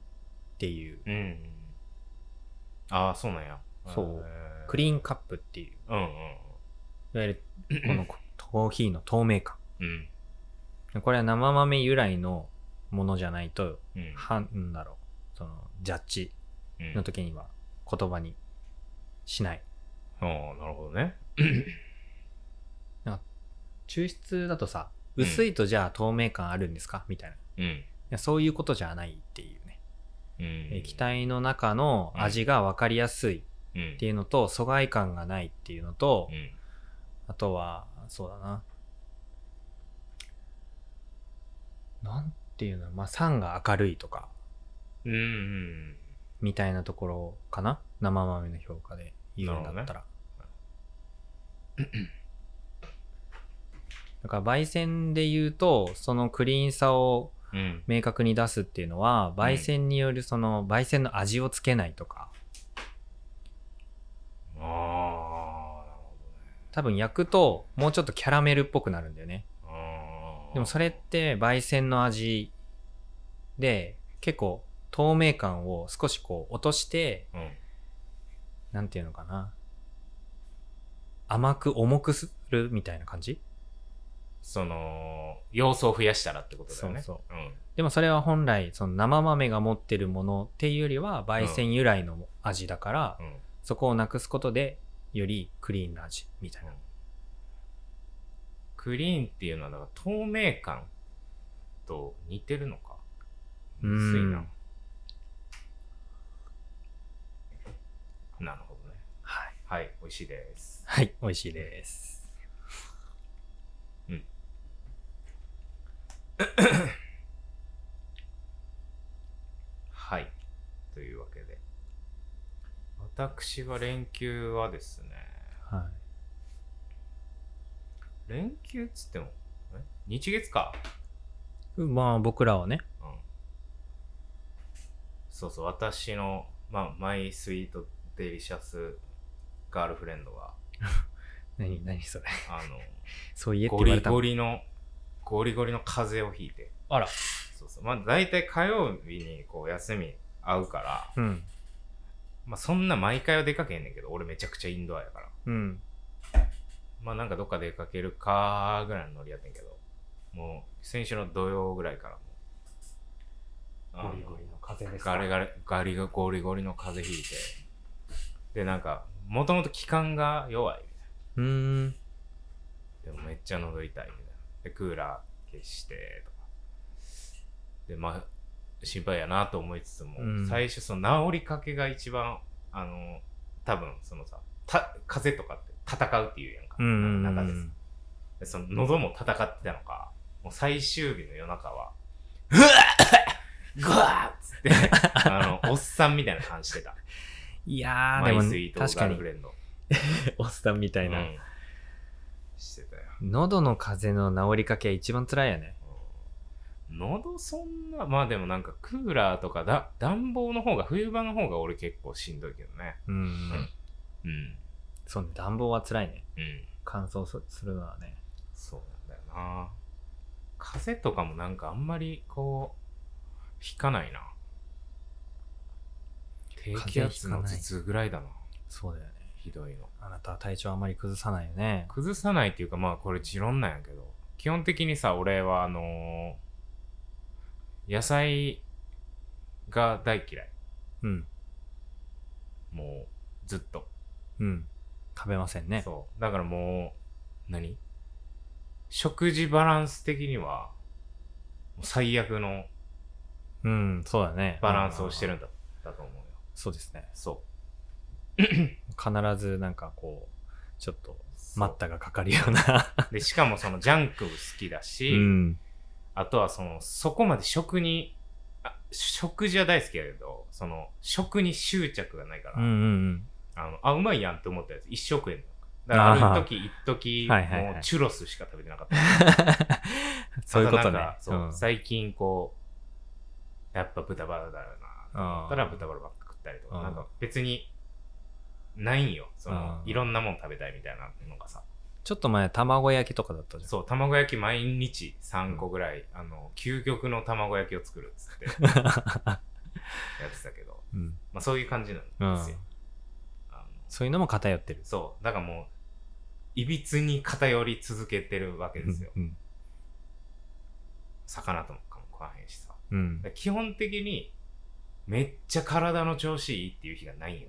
S2: ていう、
S1: うんああそうなんや
S2: そう
S1: へ
S2: クリーンカップっていう、
S1: うん
S2: いわゆるこのコーヒーの透明感。
S1: うんうん
S2: これは生豆由来のものじゃないと、
S1: うん
S2: はなんだろう、その、ジャッジ
S1: うん
S2: の時には言葉にしない。
S1: ああなるほどね
S2: 抽出だとさ、
S1: うん
S2: 薄いとじゃあ透明感あるんですかみたいな。い
S1: うん
S2: やそういうことじゃないっていうね。
S1: うん
S2: 液体の中の味が分かりやすいっていうのと、疎外感がないっていうのと
S1: う、ん
S2: あとは、そうだな。なんていうのまあ、酸が明るいとか、
S1: うんうん
S2: みたいなところかな生豆の評価で言うん
S1: な
S2: だっ
S1: るほ
S2: た
S1: ど
S2: ら。だから、焙煎で言うと、そのクリーンさを
S1: うん
S2: 明確に出すっていうのは、焙煎によるその、焙煎の味をつけないとか、
S1: ああなるほ
S2: 多分焼くと、もうちょっとキャラメルっぽくなるんだよね。
S1: どあー
S2: でもそれって焙煎の味で結構透明感を少しこう落として
S1: うん
S2: なんていうのかな甘く重くするみたいな感じ
S1: その要素を増やしたらってことだよね
S2: そう
S1: うん
S2: でもそれは本来その生豆が持ってるものっていうよりは焙煎由来の味だから、
S1: うん
S2: そこをなくすことでよりクリーンな味みたいな、
S1: クリーンっていうのはだから透明感と似てるのか
S2: うん
S1: 薄いななるほどね
S2: はい、
S1: はい美味しいです
S2: はい、美味しいです
S1: うんはいというわけで私は連休はですね
S2: は
S1: 連休っつってもえ日月か
S2: いまあ僕らはね
S1: うんそうそう、私の、まあ、マイスイートデリシャスガールフレンドは、
S2: 何何それ
S1: あ
S2: そう言えっ
S1: の、ゴ
S2: て言われ
S1: リ
S2: たの
S1: ゴリの、ゴリゴリの風邪をひいて、
S2: あら
S1: そうそう、まあ、大体火曜日にこう休み合うから、
S2: うん
S1: まあ、そんな毎回は出かけへんねんけど、俺めちゃくちゃインドアやから、
S2: うん
S1: まあ、なんかどっか出かけるかぐらいのノリやってんけど、もう、先週の土曜ぐらいからもう、あの
S2: の風で
S1: ガリガリ、ガリがゴリゴリの風邪ひいて。で、なんか、もともと気管が弱いみ
S2: うーん。
S1: たいな。でもめっちゃ喉痛いみたいな。で、クーラー消して、とか。で、まあ、心配やなと思いつつも、
S2: うん
S1: 最初その治りかけが一番、あの、多分そのさ、た風邪とかって戦うっていうやんか。
S2: うん。
S1: 中でさでその喉も戦ってたのか、もう最終日の夜中は、うわっぐわっつって、あの、おっさんみたいな感じしてた。
S2: いやー、
S1: マ
S2: で
S1: イ
S2: も
S1: スイー、トガ
S2: 確か
S1: ール
S2: に
S1: フ、レンド。
S2: おっさんみたいな。
S1: うんしてたよ。
S2: 喉の風邪の治りかけは一番辛いよね。
S1: うん喉そんな、まあでもなんかクーラーとかだ暖房の方が、冬場の方が俺結構しんどいけどね。
S2: うん。
S1: うん。
S2: そうね、暖房は辛いね。
S1: うん。
S2: 乾燥すするのはね。
S1: そうなんだよな。風邪とかもなんかあんまりこう、引かないな。低気圧の頭痛ぐらいだな。
S2: そうだよね。
S1: ひどいの。
S2: あなたは体調あんまり崩さないよね。
S1: 崩さないっていうかまあこれ持論なんやけど基本的にさ俺はあのー野菜が大嫌い
S2: うん。
S1: もうずっと、
S2: うん。食べませんね。
S1: そうだからもう何食事バランス的にはもう最悪の
S2: うん、そうだね。
S1: バランスをしてる
S2: うん
S1: んだだと思うよ
S2: そうですね。
S1: そ
S2: 必ずなんかこう、ちょっと、
S1: う
S2: 待ったがかかるような。
S1: でしかもそのジャンクも好きだ
S2: う
S1: し、
S2: ん。
S1: あとはそのそこまで食にあ食事は大好きやけどその食に執着がないから、
S2: うんうん
S1: あのあうまいやんって思ったやつ一生食えんのだからある時一時
S2: はいはいはい
S1: もうチュロスしか食べてなかった
S2: うん。 そういうこ
S1: あ
S2: と
S1: な
S2: ね
S1: んか。そう
S2: うん
S1: 最近こうやっぱ豚バラだよなだ
S2: あー
S1: から豚バラばっか食ったりとか
S2: うん
S1: なんか別にないんよその
S2: うん
S1: いろんなもん食べたいみたいなのがさ
S2: ちょっと前、卵焼きとかだったじゃん。
S1: そう卵焼き毎日3個ぐらい、あの究極の卵焼きを作るっつ ってやってたけど、
S2: うん。
S1: まあ、そういう感じなんですよ、あの
S2: そういうのも偏ってる。
S1: そう。だからもう、いびつに偏り続けてるわけですよ。
S2: うん。
S1: 魚とかも食わへんしさ。だか
S2: うん。
S1: ら基本的に、めっちゃ体の調子いいっていう日がないよ。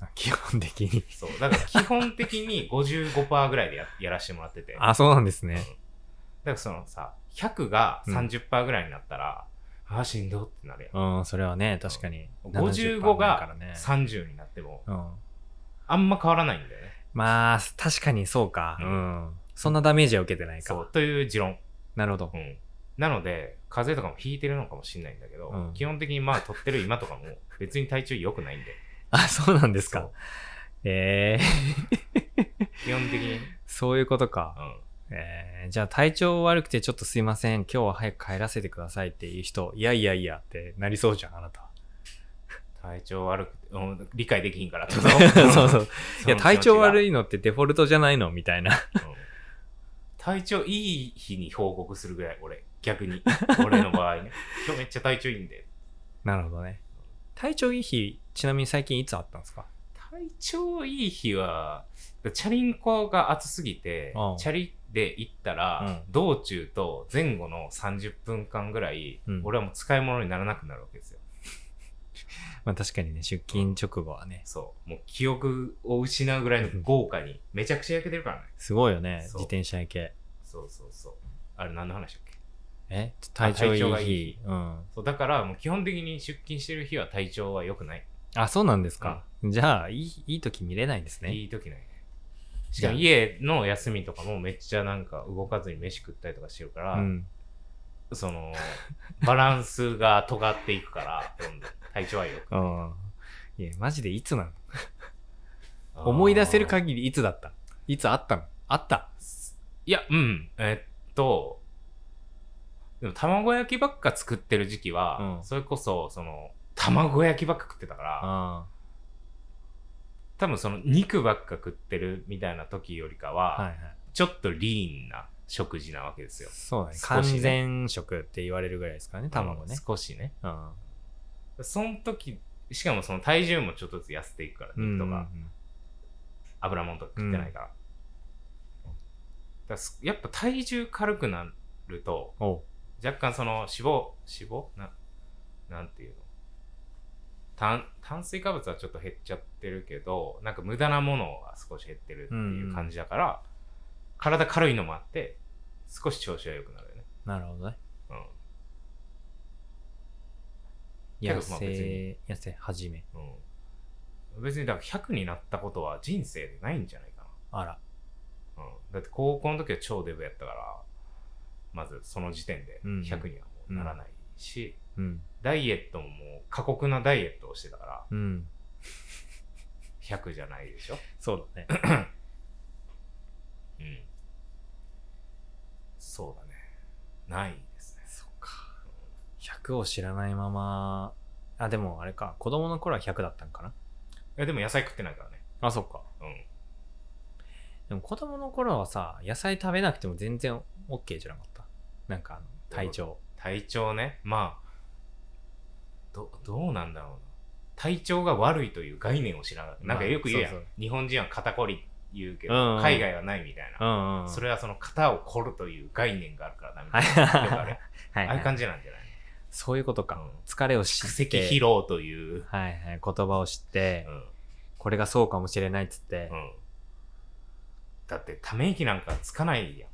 S2: あ基本的に。
S1: そう。だから基本的 に55%ぐらいでややらせてもらってて。
S2: あ、そうなんです
S1: うん
S2: ね
S1: だ。からそのさ、100が30%ぐらいになったら、ああ、しんどってなるや
S2: うん、それはね、確かに。
S1: 55が
S2: 70%からね
S1: ん。30になっても、
S2: うん。
S1: あんま変わらないんだよね。
S2: まあ、確かにそうか。
S1: う
S2: うん。そんなダメージは受けてないか。
S1: そう、という持論。
S2: なるほど
S1: う。ん。なので、風邪とかも引いてるのかもしれないんだけど、
S2: うん
S1: 基本的にまあ、取ってる今とかも、別に体調良くないんで。
S2: あ、そうなんです
S1: そ
S2: か
S1: う。
S2: ええ
S1: 基本的に。うん。
S2: そういうことか。えーじゃあ体調悪くてちょっとすいません。今日は早く帰らせてくださいっていう人、いやいやいやってなりそうじゃん、あなた。
S1: 体調悪くて、うん、理解できひんからってこと
S2: そうそう。いや、体調悪
S1: い、
S2: いのってデフォルトじゃないのみたいな。
S1: うん体調いい日に報告するぐらい、俺。逆に。俺の場合ね。 今日めっちゃ体調いいんで。
S2: なるほどね。体調いい日、ちなみに最近いつあったんですか
S1: 体調いい日は、チャリンコが暑すぎて
S2: うん、
S1: チャリで行ったら、
S2: う
S1: 道中と前後の30分間ぐらい、
S2: うん
S1: 俺はもう使い物にならなくなるわけですよ。
S2: まあ確かにね、出勤直後はね。
S1: そう。もう記憶を失うぐらい の豪華に、めちゃくちゃ焼けてるからね。
S2: すごいよね、
S1: そう
S2: 自転車系。
S1: そうそうそう。あれ何の話だっけ
S2: え体調いい
S1: 体調
S2: 日
S1: がいい日
S2: うん、
S1: そうだからもう基本的に出勤してる日は体調は良くない。
S2: あそうなんですか、じゃあいいいい時見れないですね
S1: いい時ないね。しかも家の休みとかもめっちゃなんか動かずに飯食ったりとかしてるから、
S2: うん、
S1: その、バランスが尖っていくから、どんどん体調は良く
S2: う
S1: ない。
S2: ん、いやマジでいつなの思い出せる限りいつだったいつあったのあった
S1: いや、うん。えっと、でも卵焼きばっか作ってる時期は、
S2: うん
S1: それこそ、その、卵焼きばっか食ってたから、
S2: あ
S1: 多分その肉ばっか食ってるみたいな時よりかは、
S2: はいはい
S1: ちょっとリーンな食事なわけですよ。
S2: そうだね
S1: 少
S2: 完
S1: しね
S2: 全食って言われるぐらいですからね卵ね
S1: うん、少しね。
S2: うんうん
S1: その時、しかもその体重もちょっとずつ痩せていくから、肉とか油もんとか食ってないから。だからすやっぱ体重軽くなると、
S2: おう
S1: 若干その脂肪、脂肪な、なんていうの炭炭水化物はちょっと減っちゃってるけど、なんか無駄なものは少し減ってるっていう感じだから、体軽いのもあって、少し調子は良くなるよね。
S2: なるほどね
S1: うん。け
S2: 痩
S1: どまあ別に
S2: せ痩せ始め
S1: うん、別にだから100になったことは人生でないんじゃないか
S2: あら
S1: な、うん、だって高校の時は超デブやったからまずその時点で
S2: うんうん
S1: 100にはもうならないし、
S2: うん
S1: ダイエットももう過酷なダイエットをしてたから
S2: うん
S1: 100じゃないでしょ、
S2: そうだね
S1: うん、そうだねないですね
S2: そっか100を知らないままあでもあれか子供の頃は100だったんかない
S1: やでも野菜食ってないからね
S2: あそっか
S1: うん
S2: でも子供の頃はさ、野菜食べなくても全然 OK じゃなかった。なんかあの、体調。
S1: 体調ねまあどどうなんだろうな体調が悪いという概念を知らなかったなんかよく言うやん、
S2: まあそう
S1: 日本人は肩こり言うけど、
S2: うんうん
S1: 海外はないみたいな、
S2: ん、う
S1: そ
S2: それ
S1: れはその肩を凝るという概念があるからダメ
S2: はい
S1: だよくある
S2: はい、
S1: ああいう
S2: はい。
S1: 感じなんじゃない
S2: そういうことか。
S1: うん
S2: 疲れを知
S1: 苦
S2: っ
S1: 積
S2: て。
S1: 疲労という、
S2: はいはい。言葉を知って、
S1: うん
S2: これがそうかもしれないっつって。
S1: うんだってため息なんかつかないやん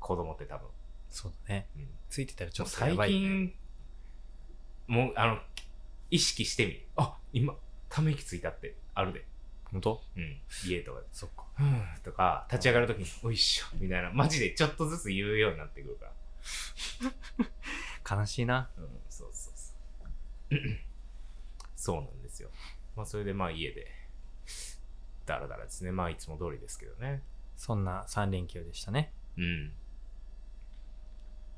S1: 子供って多分、
S2: そうだね。
S1: うん
S2: ついてたらち
S1: ち
S2: ょ
S1: ょっ
S2: っ
S1: と
S2: とや
S1: 最
S2: ばい、ね。
S1: 近、もう、あの、意識してみ。あ、今、ため息ついたって、あるで。
S2: 本当
S1: うん。家とかで。
S2: そっか。
S1: ふーとか、立ち上がるときに、おいしょ、みたいな。マジでちょっとずつ言うようになってくるから。
S2: 悲しいな。
S1: うん、そうそうそう。 そうなんですよ。まあ、それでまあ家で、だらだらですね。まあ、いつも通りですけどね。
S2: そんな3連休でしたね。
S1: うん。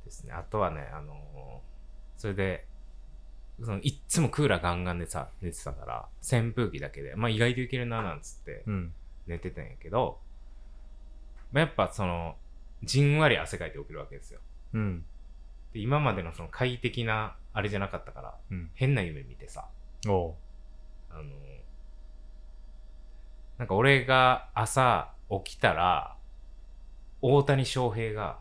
S1: ですね。あとはね、あのーそれで、そのいっつもクーラーガンガンでさ、寝てたから、扇風機だけで、まあ意外といけるな、なんつって
S2: うん。
S1: 寝てたんやけど、まあ、やっぱその、じんわり汗かいて起きるわけですよ。
S2: うん。
S1: で、今までのその快適なあれじゃなかったから、
S2: うん。
S1: 変な夢見てさ、
S2: おう。
S1: あのーなんか俺が朝起きたら、大谷翔平が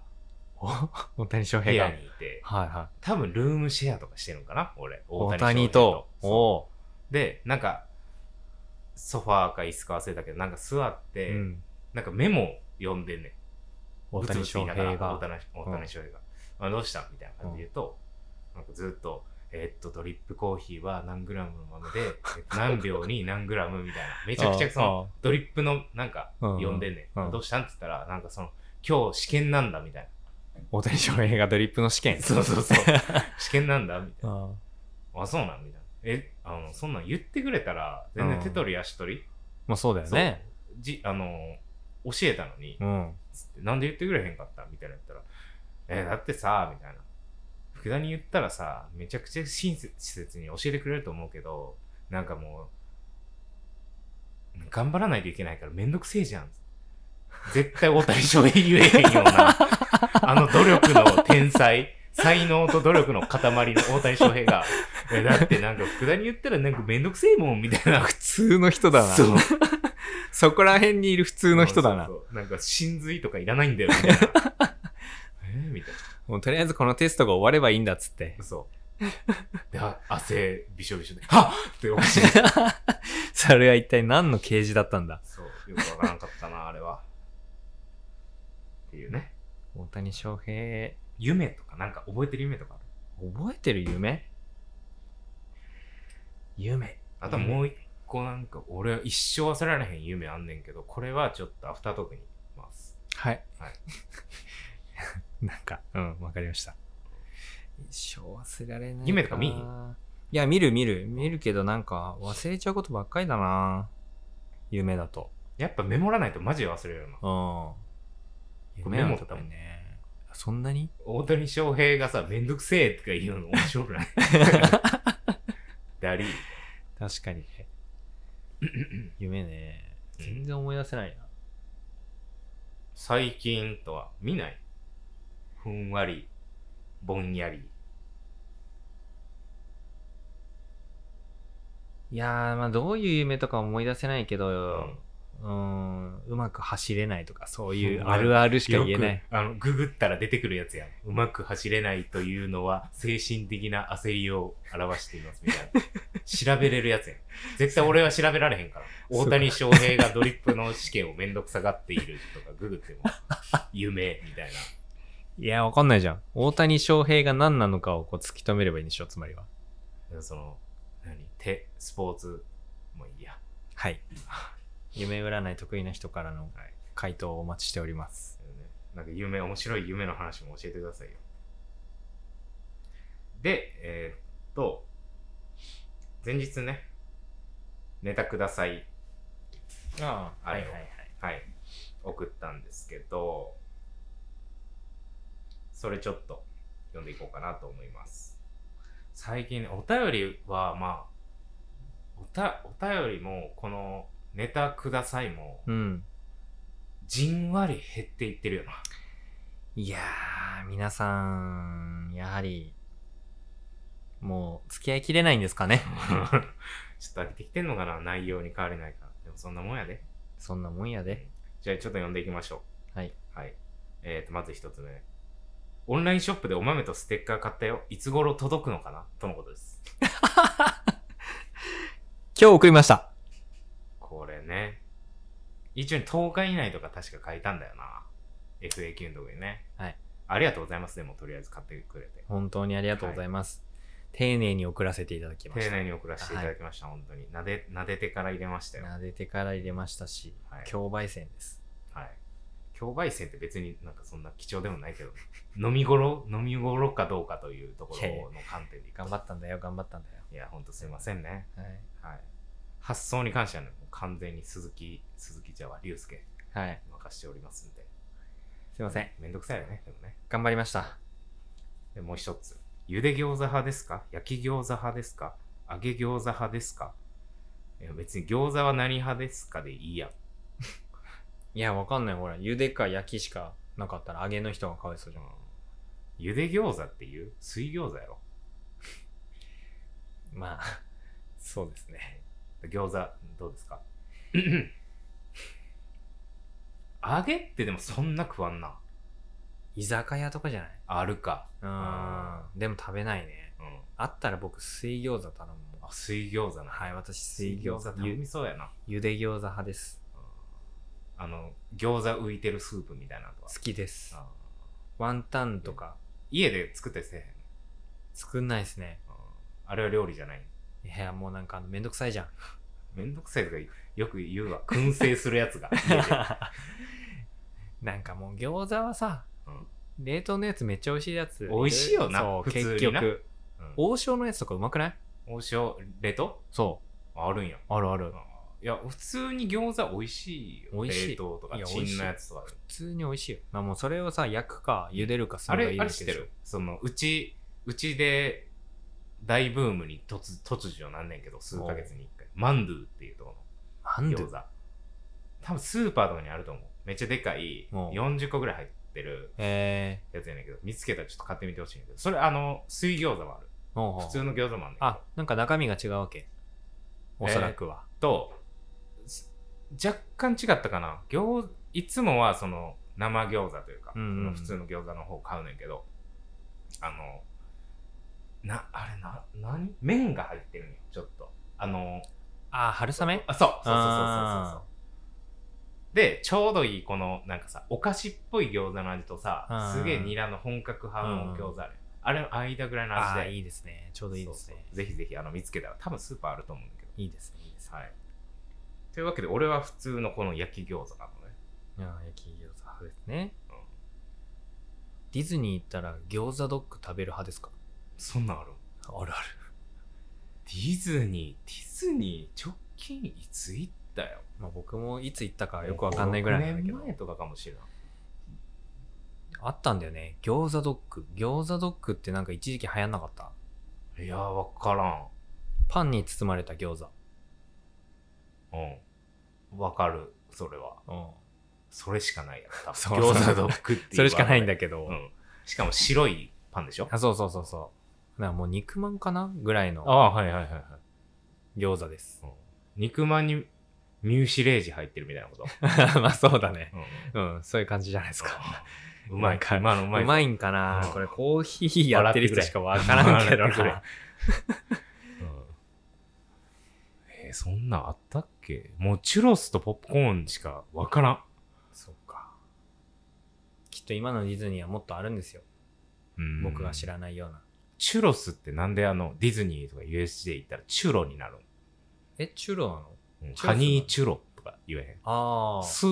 S2: 大谷翔
S1: 部
S2: 平が。
S1: 屋
S2: はい
S1: にいて、
S2: は
S1: 多分ルームシェアとかしてるのかな俺
S2: い。大
S1: 翔平
S2: 谷と、
S1: そ
S2: おう。
S1: うでなんかソファーか椅子か忘れたけどなんか座って、
S2: うん。
S1: なんかメモ読んでんねん
S2: 大
S1: ブツブ
S2: 谷
S1: ツ言い
S2: 翔
S1: ながら
S2: 平が。
S1: 大谷大谷翔平が、あどうしたみたいな感じで言うと、なんかずっと、えーっと、ドリップコーヒーは何グラムの豆で、 えっと何秒に何グラムみたいな。め
S2: め
S1: ちゃくちゃその、ドリップのなんか
S2: うん
S1: 呼んでんね、
S2: うん
S1: ん。どうしたんって言ったら、なんかその、今日試験なんだみたい
S2: 大谷翔平がドリップの試
S1: な。
S2: 験。
S1: そうそう そう。試験なんだみたいな。
S2: あ
S1: あ、そうなんみたいな。え、あの、そんなん言ってくれたら、全
S2: う
S1: 然
S2: ん
S1: 手取り足取り、
S2: まあそうだよね。
S1: じ、あの、教えたのに、
S2: うん。
S1: つって、なんで言ってくれへんかったみたいな言ったら、えーだってさ、みたいな。福田に言ったらさ、めちゃくちゃ親切に教えてくれると思うけど、なんかもう、頑張らないといけないからめんどくせえじゃん。絶対大谷翔平言えへんような、あの努力の天才、才能と努力の塊の大谷翔平が、えだってなんか福田に言ったらなんかめんどくせえもん、みたいな。
S2: 普通の人だな。
S1: そう
S2: そこら辺にいる普通の人だな。
S1: そうそうそうなんか真髄とかいらないんだ よ、みたいな。えーみたいな。
S2: もうとりあえずこのテストが終わればいいんだっつ って。
S1: 嘘。 で、あ汗びしょびしょで、はっって思って。
S2: それは一体何の刑事だったんだ
S1: そう、よくわからんかったな、あれは。っていうね。
S2: 大谷翔平、
S1: 夢とか、なんか覚えてる夢とかある
S2: 覚えてる夢夢。
S1: あとはもう一個なんか、俺は一生忘れられへん夢あんねんけど、これはちょっとアフタートークに回す。
S2: はい。
S1: はい
S2: なんか、うん、わかりました。一生忘れられない
S1: 夢とか見いひん
S2: いや、見る見る。見るけど、なんか、忘れちゃうことばっかりだな夢だと。
S1: やっぱメモらないとマジで忘れるな。
S2: うん。
S1: これメモったもん
S2: 夢は特にね。あそんなに
S1: 大谷翔平がさ、めんどくせえとか言うの面白く ないダリー。
S2: 確かにね。 夢ね。全然思い出せないな。
S1: 最近とは見ないふんわりぼんやり
S2: いやー、まあ、どういう夢とかは思い出せないけ
S1: う
S2: ど
S1: ん、
S2: うーん、うまく走れないとか、そういううんあるあるしか
S1: よ
S2: 言えない
S1: く。あのググったら出てくるやつやんうまく走れないというのは精神的な焦りを表していますみたいな 調べれるやつやん絶対俺は調べられへんから
S2: そう
S1: 大谷翔平がドリップの試験をめんどくさがっているとかググっても夢みたいない
S2: や、わかんないじゃん。大谷翔平が何なのかをこう突き止めればいいんでしょ、つまりは。
S1: でもその何手スポーツもいいや
S2: はい。 夢占い得意な人からの回答をお待ちしております。
S1: なんか夢、面白い夢の話も教えてくださいよ。で、えーっと、前日ね、ネタください、
S2: あ
S1: あはいはいはいはい、送ったんですけど、それちょっと読んでいこうかなと思います。最近ね、お便りは、まあ、おた、お便りも、このネタくださいも、
S2: うん。
S1: じんわり減っていってるよな。
S2: いやー、皆さん、やはり、もう付き合いきれないんですかね。
S1: ちょっと飽きてきてんのかな内容に変われないから。でもそんなもんやで。
S2: そんなもんやで。
S1: じゃあちょっと読んでいきましょ
S2: はい。
S1: う。はい。えーと、まず一つ目。オンラインショップでお豆とステッカー買ったよ。いつ頃届くのかなとのことです。
S2: 今日送りました。
S1: これね。一応10日以内とか確か書いたんだよな。FAQ のとこにね。
S2: はい。
S1: ありがとうございます。でもとりあえず買ってくれて。
S2: 本当にありがとうございます。丁寧に送らせていただきまし
S1: 丁
S2: た。
S1: 寧に送らせていただきました。本当に。なで、なでてから入れましたよ。
S2: 撫でてから入れましたし、
S1: はい
S2: 競売戦です。
S1: はい。境外線って別になんかそんな貴重でもないけど、 飲み頃、飲み頃かどうかというところの観点でいか
S2: 頑張ったんだよ、頑張ったんだよ。
S1: いや、ほんとすいませんね。
S2: はい。
S1: はい。発想に関してはね、もう完全に鈴木、鈴木じゃは龍介
S2: はい。
S1: に任しておりますんで。
S2: すいません。
S1: めんどくさいよね、でもね。
S2: 頑張りました。
S1: で、もう一つ。ゆで餃子派ですか焼き餃子派ですか揚げ餃子派ですかいや別に餃子は何派ですかでいいやん。
S2: いや、わかんない。ほら、茹でか焼きしかなかったら揚げの人がかわいそうじ
S1: う
S2: ゃ
S1: ん
S2: ん。
S1: ゆで餃子っていう水餃子やろ。
S2: まあ、 そうですね。
S1: 餃子どうです か揚げってでもそんな食わんな
S2: 居酒屋とかじゃない
S1: あるかあ
S2: うん。でも食べないね。
S1: うん
S2: あったら僕、水餃子頼むもん。
S1: あ水餃子な
S2: はい、私、水
S1: 水餃
S2: 餃子
S1: 子頼み
S2: ゆ
S1: そうやな
S2: 茹で餃子派です。
S1: あの餃子浮いてるスープみたいなのとは
S2: 好きです。
S1: あー
S2: ワンタンとか、
S1: 家で作ってせえへん
S2: 作んないですね。
S1: うんあれは料理じゃない。
S2: いや、もうなんかあのめんどくさ いじゃん。
S1: めんどくさいとかよく言うわ。燻製するや つが。家で
S2: なんかもう餃子はさ、
S1: うん
S2: 冷凍のやつめっちゃ美味しいやつ。
S1: 美味しいよな
S2: そう、
S1: 普通にな
S2: 結局。
S1: うん
S2: 王将のやつとかうまくない
S1: 王将、冷凍
S2: そ
S1: あるんや。
S2: う、あるある。
S1: いや、普通に餃子美味しいよ。
S2: 美味しい
S1: 冷凍とか
S2: い、や
S1: チンのやつとかで。
S2: 普通に美味しいよ。まあもうそれをさ、焼くか、茹でるかす
S1: あ
S2: ればい
S1: れ、
S2: い
S1: あ
S2: だ
S1: れ
S2: け
S1: 知っ
S2: で
S1: て
S2: しょ
S1: るその、うち、うちで大ブームに突突如なんねんけど、数ヶ月に一回。マンドゥっていうとこ
S2: な
S1: の
S2: んで
S1: 餃子。多分スーパーとかにあると思う。めっちゃでかい、
S2: おう
S1: 40個ぐらい入ってる
S2: え
S1: やつやねんけど、見つけたらちょっと買ってみてほしいんだけど、それ、あの、水餃子もある。
S2: ー、ほうほう
S1: 普通の餃子もあるねんけど。
S2: あ、なんか中身が違うわけ。おそらくは。
S1: とす若干違ったかな餃いつもはその生餃子というか、
S2: うんうんうん
S1: その普通の餃子の方買うねんけどあのなあれな何麺が入ってるんよちょっとあの
S2: あ、春雨
S1: あそうそうそうそうそうそうそう
S2: あ
S1: でちょうどいいこのなんかさお菓子っぽい餃子の味とさ
S2: あー
S1: すげえニラの本格派の餃子ある、あれの間ぐらいの
S2: あ
S1: 味
S2: あ
S1: で
S2: ー、いいですね。ちょうどいいです
S1: そ
S2: ね
S1: う。そうぜひぜひあの見つけたら多分スーパーあると思うんだけど
S2: いいですね、いいですね。
S1: はい。というわけで、俺は普通のこの焼き餃子なのね。
S2: いやー、焼き餃子派ですね
S1: うん。
S2: ディズニー行ったら餃子ドッグ食べる派ですか
S1: そんなんある
S2: あるある。
S1: ディズニー、ディズニー、直近いつ行ったよ。
S2: まあ僕もいつ行ったかよくわかんないぐらいなんだけ
S1: 5 6
S2: ど
S1: 年。前とかかもしれない。
S2: あったんだよね。餃子ドッグ。餃子ドッグってなんか一時期流行んなかった。
S1: いやー、わからん。
S2: パンに包まれた餃子。
S1: うん。わかる、それは。
S2: うん。
S1: それしかないやろ、多
S2: そう
S1: 分。餃子ドッグっていう。
S2: それしかないん
S1: だ
S2: だけど。
S1: うん。しかも白いパンでしょ
S2: あ、そうそうそうそう。だからもう肉まんかなぐらいの
S1: あ、はいはいはいはい。
S2: 餃 子です。
S1: うん肉まんにミューシレージ入ってるみたいなこと。
S2: まあそうだね。
S1: うん。
S2: うん、 そういう感じじゃないですか。
S1: うまい。今のう
S2: う
S1: まい。
S2: まいんかな、
S1: うん
S2: これコーヒーやってる人しかわからんけ ど
S1: 笑ってくれ
S2: な。
S1: えーそんなんあったっけもうチュロスとポップコーンしかわからん。
S2: そうか。きっと今のディズニーはもっとあるんですよ。
S1: うん
S2: 僕が知らないような。
S1: チュロスってなんであのディズニーとか USJ 行ったらチュロになる
S2: え、チュロなの
S1: の、うん
S2: チュロス
S1: ハニーチュロとか言えへ
S2: あ
S1: ん。酢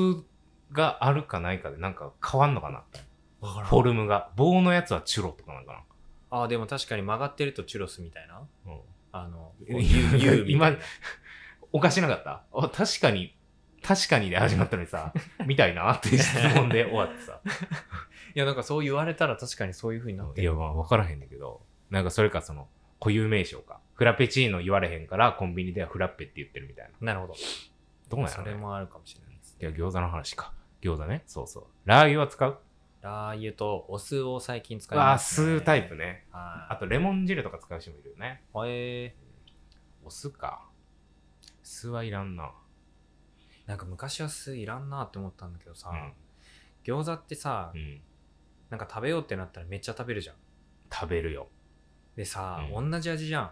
S1: があるかないかでなんか変わんのかな
S2: あ。わ
S1: フォルムが。棒のやつはチュロとかなんか
S2: ああ、でも確かに曲がってるとチュロスみたいな。
S1: な。うん
S2: あの、
S1: え
S2: こう U U み たい
S1: 今おかしなかったあ確かに、確かにで始まったのに さ、みたいなって質問で終わってさ。
S2: いや、なんかそう言われたら確かにそういう風になって
S1: いや、まあ、分からへんねんけど、なんかそれかその、固有名称か。フラペチーノ言われへんから、コンビニではフラッペって言ってるみたいな。
S2: なるほど。
S1: どうなんや
S2: そ
S1: ろ、
S2: れ
S1: ね、
S2: もあるかもしれないです。
S1: いや、餃子の話か。餃子ね。そうそう。ラー油は使う
S2: ラー油とお酢を最近使い
S1: ああ、
S2: ます、ね。
S1: 酢タイプ。ね。あ
S2: は
S1: と、レモン汁とか使う人もいるよね。
S2: い。え
S1: お酢か。酢はいらんな。
S2: ー、なんか昔は酢いらんなって思ったんだけどさ、
S1: うん
S2: 餃子ってさ、
S1: うん。
S2: なんか食べようってなったらめっちゃ食べるじゃん。
S1: 食べるよ。
S2: でさ、
S1: う
S2: 同じ味じゃん。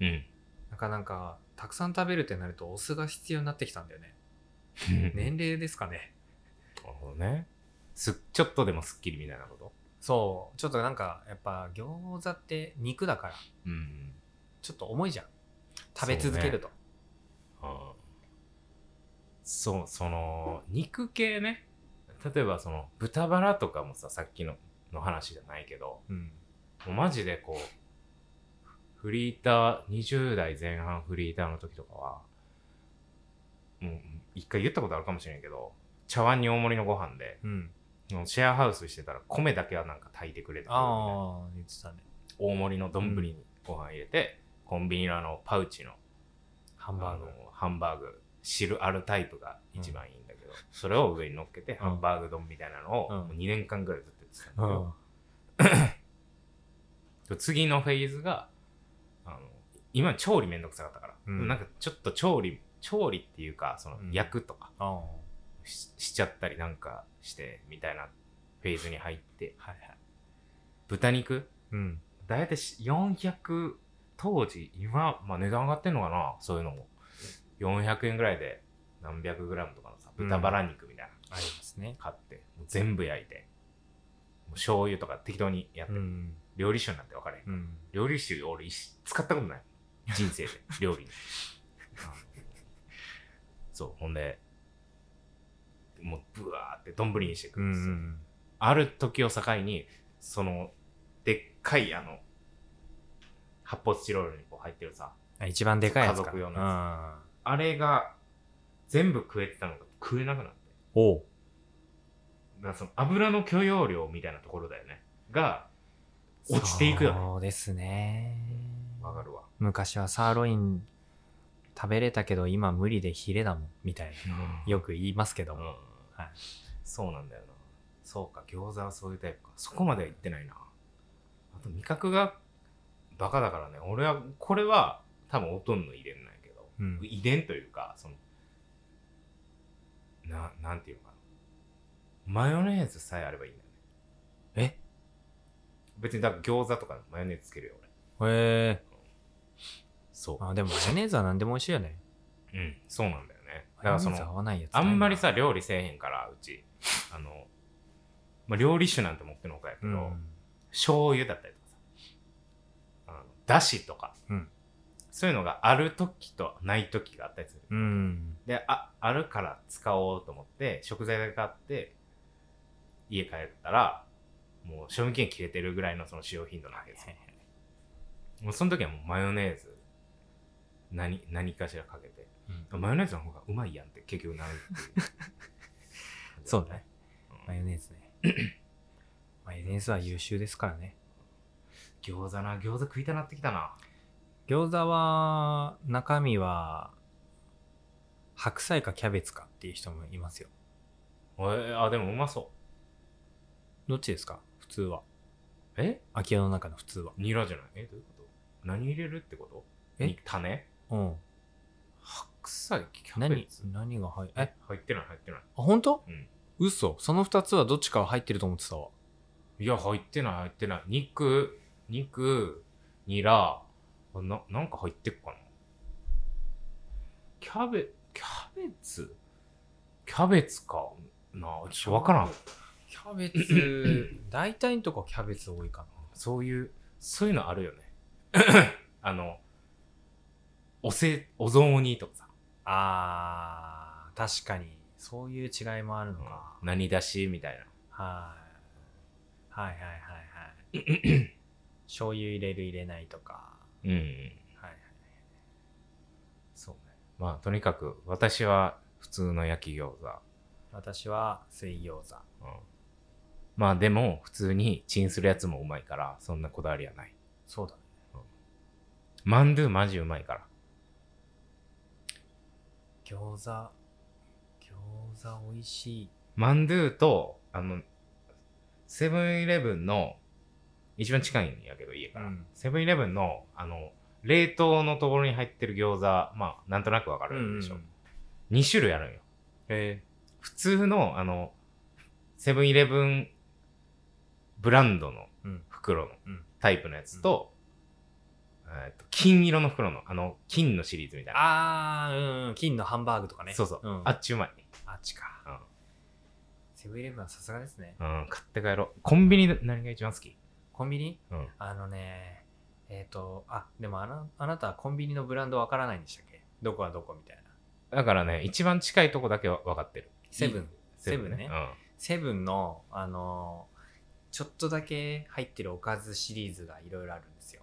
S1: うん。
S2: なんかなんか、たくさん食べるってなるとお酢が必要になってきたんだよね。
S1: ね。
S2: 年齢ですかね。
S1: なるほどね。す、ちょっとでもスッキリみたいなこと
S2: そう、ちょっとなんか、やっぱ餃子って肉だから、
S1: うん。
S2: ちょっと重いじゃん。食べ続けると。
S1: ああそうその肉系ね例えばその豚バラとかもささっきのの話じゃないけど
S2: うん。
S1: もうマジでこうフリーター20代前半フリーターの時とかはもう一回言ったことあるかもしれんけど茶碗に大盛りのご飯で
S2: うん。
S1: もうシェアハウスしてたら米だけはなんか炊いてくれてくれるみたいな
S2: ああ、言ってたね。
S1: 大盛りの丼にご飯入れて、コンビニのあのパウチの
S2: ハンバーグ
S1: あ。のハンバーグ汁あるタイプが一番いいんだけど、それを上に乗っけて
S2: ん
S1: ハンバーグ丼みたいなのを
S2: うん
S1: もう2年間ぐらいずっとやってたんだけ
S2: う
S1: ど
S2: ん、
S1: 次のフェーズがあの今調理めんどくさかったから、
S2: うん
S1: なんかちょっと調理調理っていうかその
S2: うん
S1: 焼くとか
S2: ああ。
S1: ししちゃったりなんかしてみたいなフェーズに入って
S2: はいはい。
S1: 豚肉
S2: うん。
S1: 大体し400当時今、まあ、値段上がってんのかなそういうのも400円ぐらいで何百グラムとかのさ豚バラ肉みたいな、
S2: ありますね。
S1: 買ってもう全部焼いてう醤油とか適当にやって、
S2: うん。
S1: 料理酒なんて分かれへん。
S2: うん。
S1: 料理酒俺一し使ったことない。人 生で、料理に。そう、ほんで、もうブワーって丼にしていく
S2: うん
S1: ですよ。
S2: ん。
S1: ある時を境に、その、でっかいあの、発泡スチロールにこう入ってるさ、
S2: あ一番でかいやつか。
S1: 家族用の
S2: や
S1: あれが全部食えてたのが食えなくなって。
S2: つ。うん。おう。
S1: だからその油の許容量みたいなところだよね。が、落ちていくよね。
S2: そうですね。
S1: わかるわ。
S2: 昔はサーロイン食べれたけど今無理でヒレだもんみたいな。よく言いますけど
S1: うん
S2: も。はい
S1: そうなんだよな。そうか、餃子はそういうタイプか。そこまでは言ってないな。あと味覚がバカだからね。俺は、これは多分ほとんど遺伝ないけど、
S2: うん
S1: 遺伝というか、その、な、なんていうのかな。マヨネーズさえあればいいんだよね。
S2: え
S1: 別に、だから餃子とかマヨネーズつけるよ、俺。
S2: へえ。
S1: そ
S2: あ、でもマヨネーズは何でも美味しいよね。
S1: う。うん、そうなんだよね。だから
S2: マヨネ
S1: そ
S2: ーズ合
S1: の、
S2: わないやつな
S1: あ
S2: いなん
S1: まり、さ、料理せえへんから、うち。あの、まあ、料理酒なんて持ってのほかやけ
S2: う
S1: ど、
S2: ん。
S1: 醤油だったりとかさあのだしとか、
S2: うん
S1: そういうのがある時とない時があったりする
S2: うん。
S1: でああるから使おうと思って食材だけ買って家帰ったらもう賞味期限切れてるぐらいのその使用頻度なわ けですよもうその時はもうマヨネーズ何何かしらかけて
S2: うん
S1: マヨネーズの方がうまいやんって結局なる っていう
S2: そうね。
S1: う
S2: マ
S1: ん
S2: ヨネーズね。 マヨネーズは優秀ですからね。
S1: 餃子な餃子食いたなってきたな
S2: 餃子は、中身は、白菜かキャベツかっていう人もいますよ。
S1: えーあでもうまそ
S2: どっちですか普通は。
S1: うえ
S2: 秋代の中の普通は。
S1: ニラじゃないえどういうこと何入れるってこと
S2: え
S1: に種
S2: うん。
S1: 白菜キャベ
S2: 何
S1: ツ
S2: 何が入え、
S1: 入ってない入ってない
S2: あ、本当
S1: うん
S2: 嘘その二つはどっちかは入ってると思ってたわ。
S1: いや入ってない入ってない肉肉ニラあななんか入ってっかなキャベキャベツキャベツかなちょっと分からん
S2: キャベツ、 大体のとこキャベツ多いか
S1: そういうそういうのあるよね あのおせお雑煮とかさ
S2: な。あー、確かに。そういう違いもあるのか。
S1: 何だしみたいな
S2: はい。はいはいはいはい。 醤油入れる入れないとか。
S1: うんうん
S2: はいはい。
S1: そうね。まあ、とにかく、私は普通の焼き餃子。
S2: 私は水餃子。
S1: うん、まあ、でも、普通にチンするやつもうまいから、そんなこだわりはない。
S2: そうだね。
S1: マンドゥマジうまいから。
S2: 餃子。餃子美味しい。
S1: マンドゥと、あの、セブンイレブンの、一番近いんやけど、家から。
S2: うん
S1: セブンイレブンの、あの、冷凍のところに入ってる餃子、まあ、なんとなくわか
S2: あ
S1: るでしょ。
S2: へ
S1: 2種類あるんよ。
S2: え。
S1: 普通の、あの、セブンイレブンブランドの
S2: うん
S1: 袋の
S2: うん
S1: タイプのやつと、えーっと金色の袋の、あの、金のシリーズみたいな。
S2: あー、うん。金のハンバーグとかね。
S1: そうそう。
S2: ん
S1: あ
S2: あ
S1: っちうまい。
S2: っちか。
S1: うん
S2: セブンイレブンはさすがですね。
S1: うん、買って帰ろう。コンビニで何が一番好き
S2: コンビニ
S1: うん。
S2: あのね、えっ、と、あ、でもあなあなたはコンビニのブランドわからないんでしたっけどこはどこみたいな。
S1: だからね、一番近いとこだけは分かってる。
S2: セブン。セブンね。
S1: うん。
S2: セブンの、あのーちょっとだけ入ってるおかずシリーズがいろいろあるんですよ。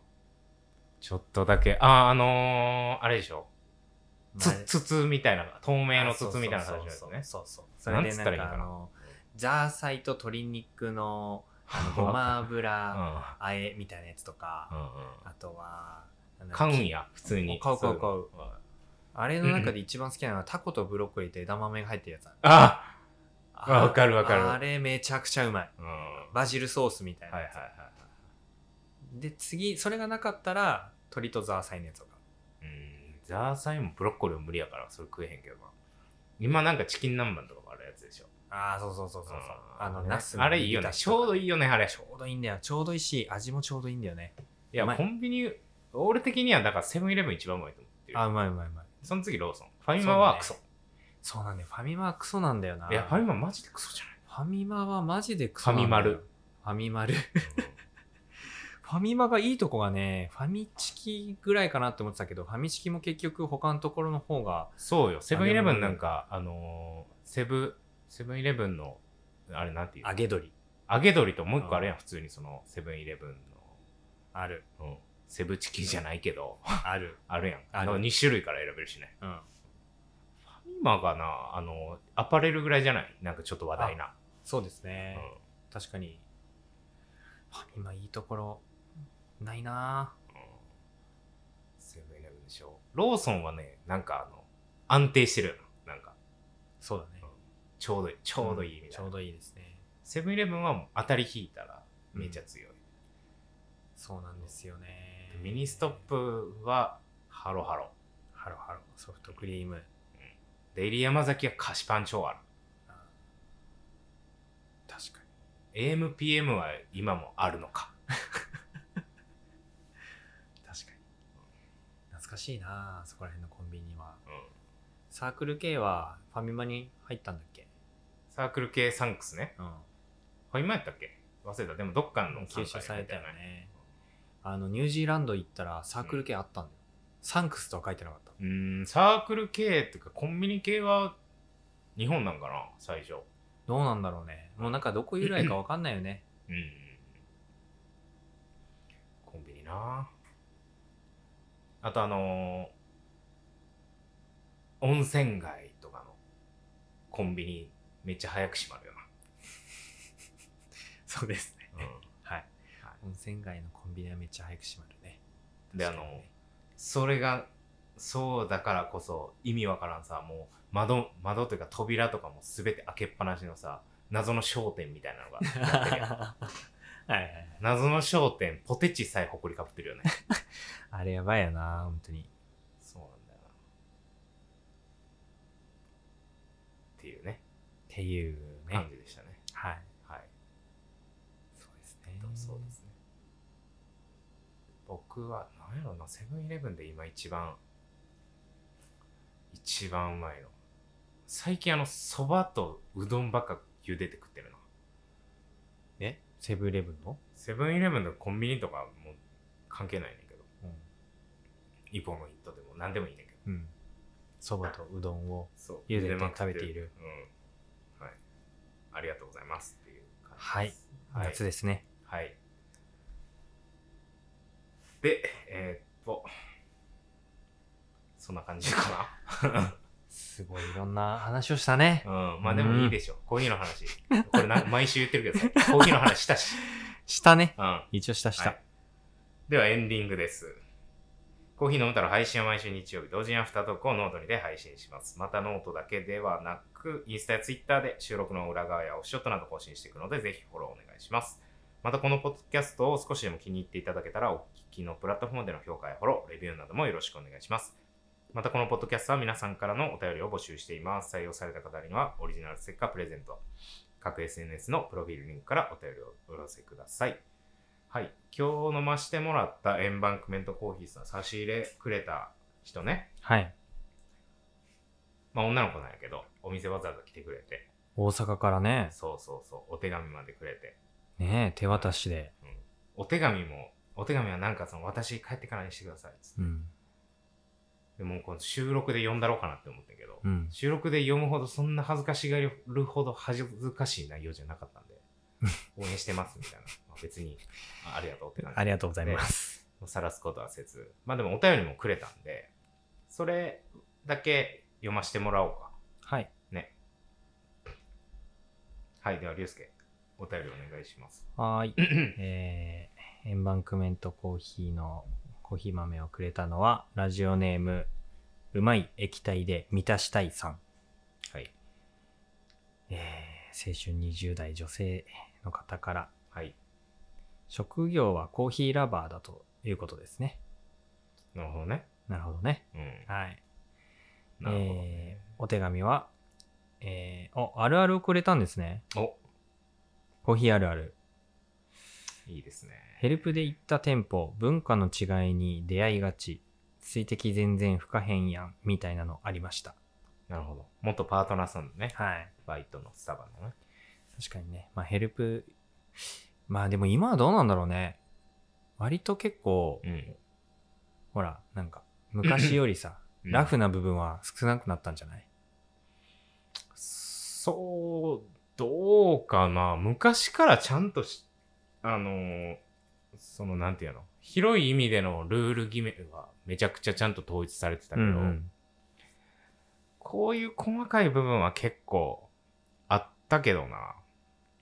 S1: ちょっとだけ、あー、あのー、あれでしょつ、筒みたいな、透明の筒みたいな
S2: そう
S1: 形ですね。
S2: そうそうそう。それ
S1: な
S2: で
S1: んつ
S2: な
S1: った
S2: ん
S1: らい
S2: か、
S1: いのか
S2: あ
S1: な
S2: の、ザーサイと鶏肉のあ のごま油あえみたいなやつとか、
S1: うん。うんうん。
S2: あとは、あの
S1: 買うんや、普通に。
S2: 買う買う買う
S1: そいの
S2: あれの中で一番好きなのはタコとブロッコリーと枝豆が入ってるやつある。
S1: あ
S2: あ
S1: わかるわかる
S2: あれめちゃくちゃうまい。
S1: うん。は
S2: バジルソースみたい
S1: い
S2: な
S1: はい
S2: や
S1: はい
S2: つ。
S1: はい。
S2: で、次、それがなかったら、鶏とザーサイのやつとか。
S1: うんザーサイもブロッコリーも無理やからそれ食えへんけどな今なんかチキン南蛮とかもあるやつでしょ
S2: ああ、そうそうそうそうそう。あの、
S1: ね
S2: ナス
S1: あれいいよねちょうどいい
S2: よ。
S1: よねあれ
S2: ちょうどいいんだよ。ちょうどいいし、味もちょうどいいんだよね。
S1: いや
S2: うまい
S1: コンビニ俺的にはだからセブンイレブン一番うまいと思ってる
S2: あーうまいうまいうまい。
S1: その次ローソンファミマはクソ、
S2: そうなんだよ。ファミマはクソなんだよな。
S1: いやファミママジでクソじゃない
S2: ファミマはマジでクソなんだよ。
S1: ファミマル
S2: フファミマル。 ファミマがいいとこがね、ファミチキぐらいかなって思ってたけど、ファミチキも結局他のところの方が、
S1: そうよ、セブンイレブンなんか、あのーセブ、セブンイレブンの、あれなんていうの
S2: 揚げ鶏
S1: 揚げ鶏ともう一個あるやん、普通にその、セブンイレブン
S2: ある、
S1: の、うん、セブチキじゃないけど、
S2: ある。
S1: あるやん。
S2: あ
S1: あ
S2: る
S1: の2種類から選べるしね。
S2: うん。
S1: 今がな、あの、アパレルぐらいじゃないなんかちょっと話題な。
S2: そうです
S1: うん
S2: ね。確かに。ファミマいいところ、ないなぁ
S1: うんセブンイレブンでしょ。ローソンはね、なんかあの、安定してるよな。なんか、
S2: そうだね。
S1: ちょうどいい、ちょうどいいみ
S2: ん
S1: たい
S2: ち
S1: な。
S2: ょうどいいですね。
S1: セブンイレブンはもう当たり引いたらめっちゃ強い。
S2: そうなんですよね。
S1: ミニストップは、ハロハロ。
S2: ハロハロ、ソフトクリーム。
S1: デイリー山崎は菓子パン超ある。
S2: 確かに。
S1: AMPM は今もあるのか。
S2: 確かに。懐かしいなぁそこら辺のコンビニは。
S1: うん
S2: サークル系はファミマに入ったんだっけ
S1: サークル系サンクスね。
S2: うん。
S1: ファミマやったっけ忘れた。でもどっかの
S2: 吸収
S1: 参加
S2: されたよ
S1: やみいな。
S2: ね。あの、ニュージーランド行ったらサークル系あったんだよ。サンクスとは書いてなかった。
S1: うーん、サークル系っていうかコンビニ系は日本なんかな、最初。
S2: どうなんだろうね。もうなんかどこ由来かわかんないよね。
S1: うん。コンビニなあとあのー温泉街とかのコンビニめっちゃ早く閉まるよ
S2: そうですね。
S1: な。
S2: はい。温泉街のコンビニはめっちゃ早く閉まるね。
S1: であ
S2: 確かに
S1: の
S2: ね
S1: それがそうだからこそ意味わからんさもう窓窓というか扉とかも全て開けっぱなしのさ謎の商店みたいなのが やってるやん
S2: はいはいはい。
S1: 謎の商店ポテチさえほこりかぶってるよね
S2: あれやばいよな、本当に。
S1: そうなんだよなっていうね
S2: っていうね
S1: 感。じでしたね
S2: はい。
S1: はい
S2: そうですね
S1: とそうですね僕は何やろなセブンイレブンで今一番一番うまいの最近あのそばとうどんばっか茹でて食ってるな
S2: えセブンイレブンの、
S1: セブンイレブンのコンビニとかもう関係ないねんけど一本の一斗でも何でもいいねんけど
S2: うん。そばとうどんを。
S1: そう
S2: 茹でて
S1: まく
S2: 食べている
S1: うんはいありがとうございますっていう感じですはい
S2: 夏ですね。
S1: はい。で、えーっと、そんな感じか
S2: すごいいろんな話をした ね。
S1: な。うん、まあでもいいでしょ。コーヒーの話。これな毎週言ってるけどね、コーヒーの話したし。
S2: したね。
S1: うん。は
S2: 一応したした。
S1: い、ではエンディングです。コーヒー飲むたら配信は毎週日曜日、同時にアフタートークをノートにで配信します。またノートだけではなく、インスタやツイッターで収録の裏側やオフショットなど更新していくので、ぜひフォローお願いします。またこのポッドキャストを少しでも気に入っていただけたら、お聞きのプラットフォームでの評価やフォロー、レビューなどもよろしくお願いします。またこのポッドキャストは皆さんからのお便りを募集しています。採用された方にはオリジナルステッカープレゼント。各 SNS のプロフィールリンクからお便りをお寄せください。はい。今日飲ましてもらった円盤クメントコーヒーさん、差し入れくれた人ね。
S2: はい。
S1: まあ女の子なんやけど、お店わざわざ来てくれて。
S2: 大阪からね、
S1: そうそうそう。お手紙までくれて。
S2: ね手渡しで。
S1: お手紙も、お手紙はなんかその、私帰ってからにしてくださいっつって。
S2: うん。
S1: でもうこの収録で読んだろうかなって思ったけど、
S2: うん。
S1: 収録で読むほどそんな恥ずかしがるほど恥ずかしい内容じゃなかったんで、応援してますみたいな。まあ別に、あありがとうって感じ
S2: あ。りがとうござい ます。
S1: さらすことはせず。まあでもお便りもくれたんで、それだけ読ませてもらおうか。
S2: はい。
S1: はい、では、りゅうすけ、お便りお願いします。
S2: はーい。えー、エンバンクメントコーヒーのコーヒー豆をくれたのは、ラジオネーム、うまい液体で満たしたいさん。
S1: はい。
S2: えー、青春20代女性の方から、
S1: はい。
S2: 職業はコーヒーラバーだということですね。
S1: なるほどね。
S2: なるほどね。
S1: うん。
S2: はい。
S1: なるほど
S2: えーお手紙は、えー、お、あるあるをくれたんですね。
S1: お
S2: コーヒーあるある。
S1: いいですね。
S2: ヘルプで行った店舗、文化の違いに出会いがち。水滴全然不可変やん、みたいなのありました。
S1: なるほど。元パートナーさんのね、
S2: はい。
S1: バイトのスタバのね。
S2: 確かにね、まあヘルプまあでも今はどうなんだろうね。割と結構、
S1: うん。
S2: ほら、なんか、昔よりさ、ラフな部分は少なくなったんじゃない
S1: そう、どうかな。昔からちゃんとし、あのーその、なんていうの、広い意味でのルール決めはめちゃくちゃちゃんと統一されてたけど、
S2: うん
S1: こういう細かい部分は結構あったけどな。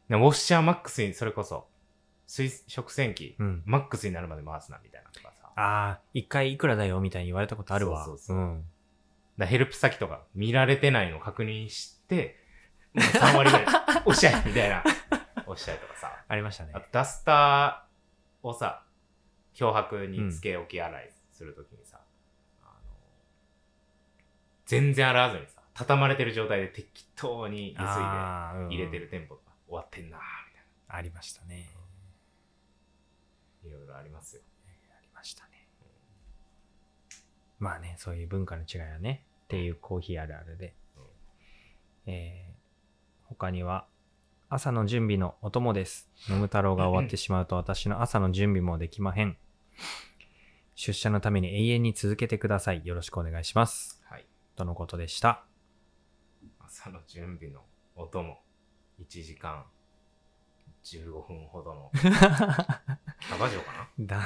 S1: でウォッシャーマックスに、それこそ、水食洗機、
S2: うん。うん
S1: マックスになるまで回すな、みたいなとかさ。だか
S2: ああ、一回いくらだよみたいに言われたことあるわ。
S1: そうそうそう
S2: うん。
S1: らヘルプ先とか見られてないの確認して、3割ぐらい、おっしゃいみたいな、おっしゃいとかさ。
S2: ありましたね
S1: あ。とダスターをさ、脅迫につけ置き洗いするときにさ、あの、全然洗わずにさ、畳まれてる状態で適当にゆすいで
S2: あーうん
S1: 入れてる店舗とか、終わってんなーみたい
S2: ありましたね。
S1: な、いろいろありますよ。
S2: ありましたね。まあね、そういう文化の違いはね、っていうコーヒーあるあるで。えー他には、朝の準備のお供です。飲む太郎が終わってしまうと私の朝の準備もできまへん。出社のために永遠に続けてください。よろしくお願いします。
S1: はい。
S2: とのことでした。
S1: 朝の準備のお供、1時間15分ほど の、キャバ嬢か
S2: だな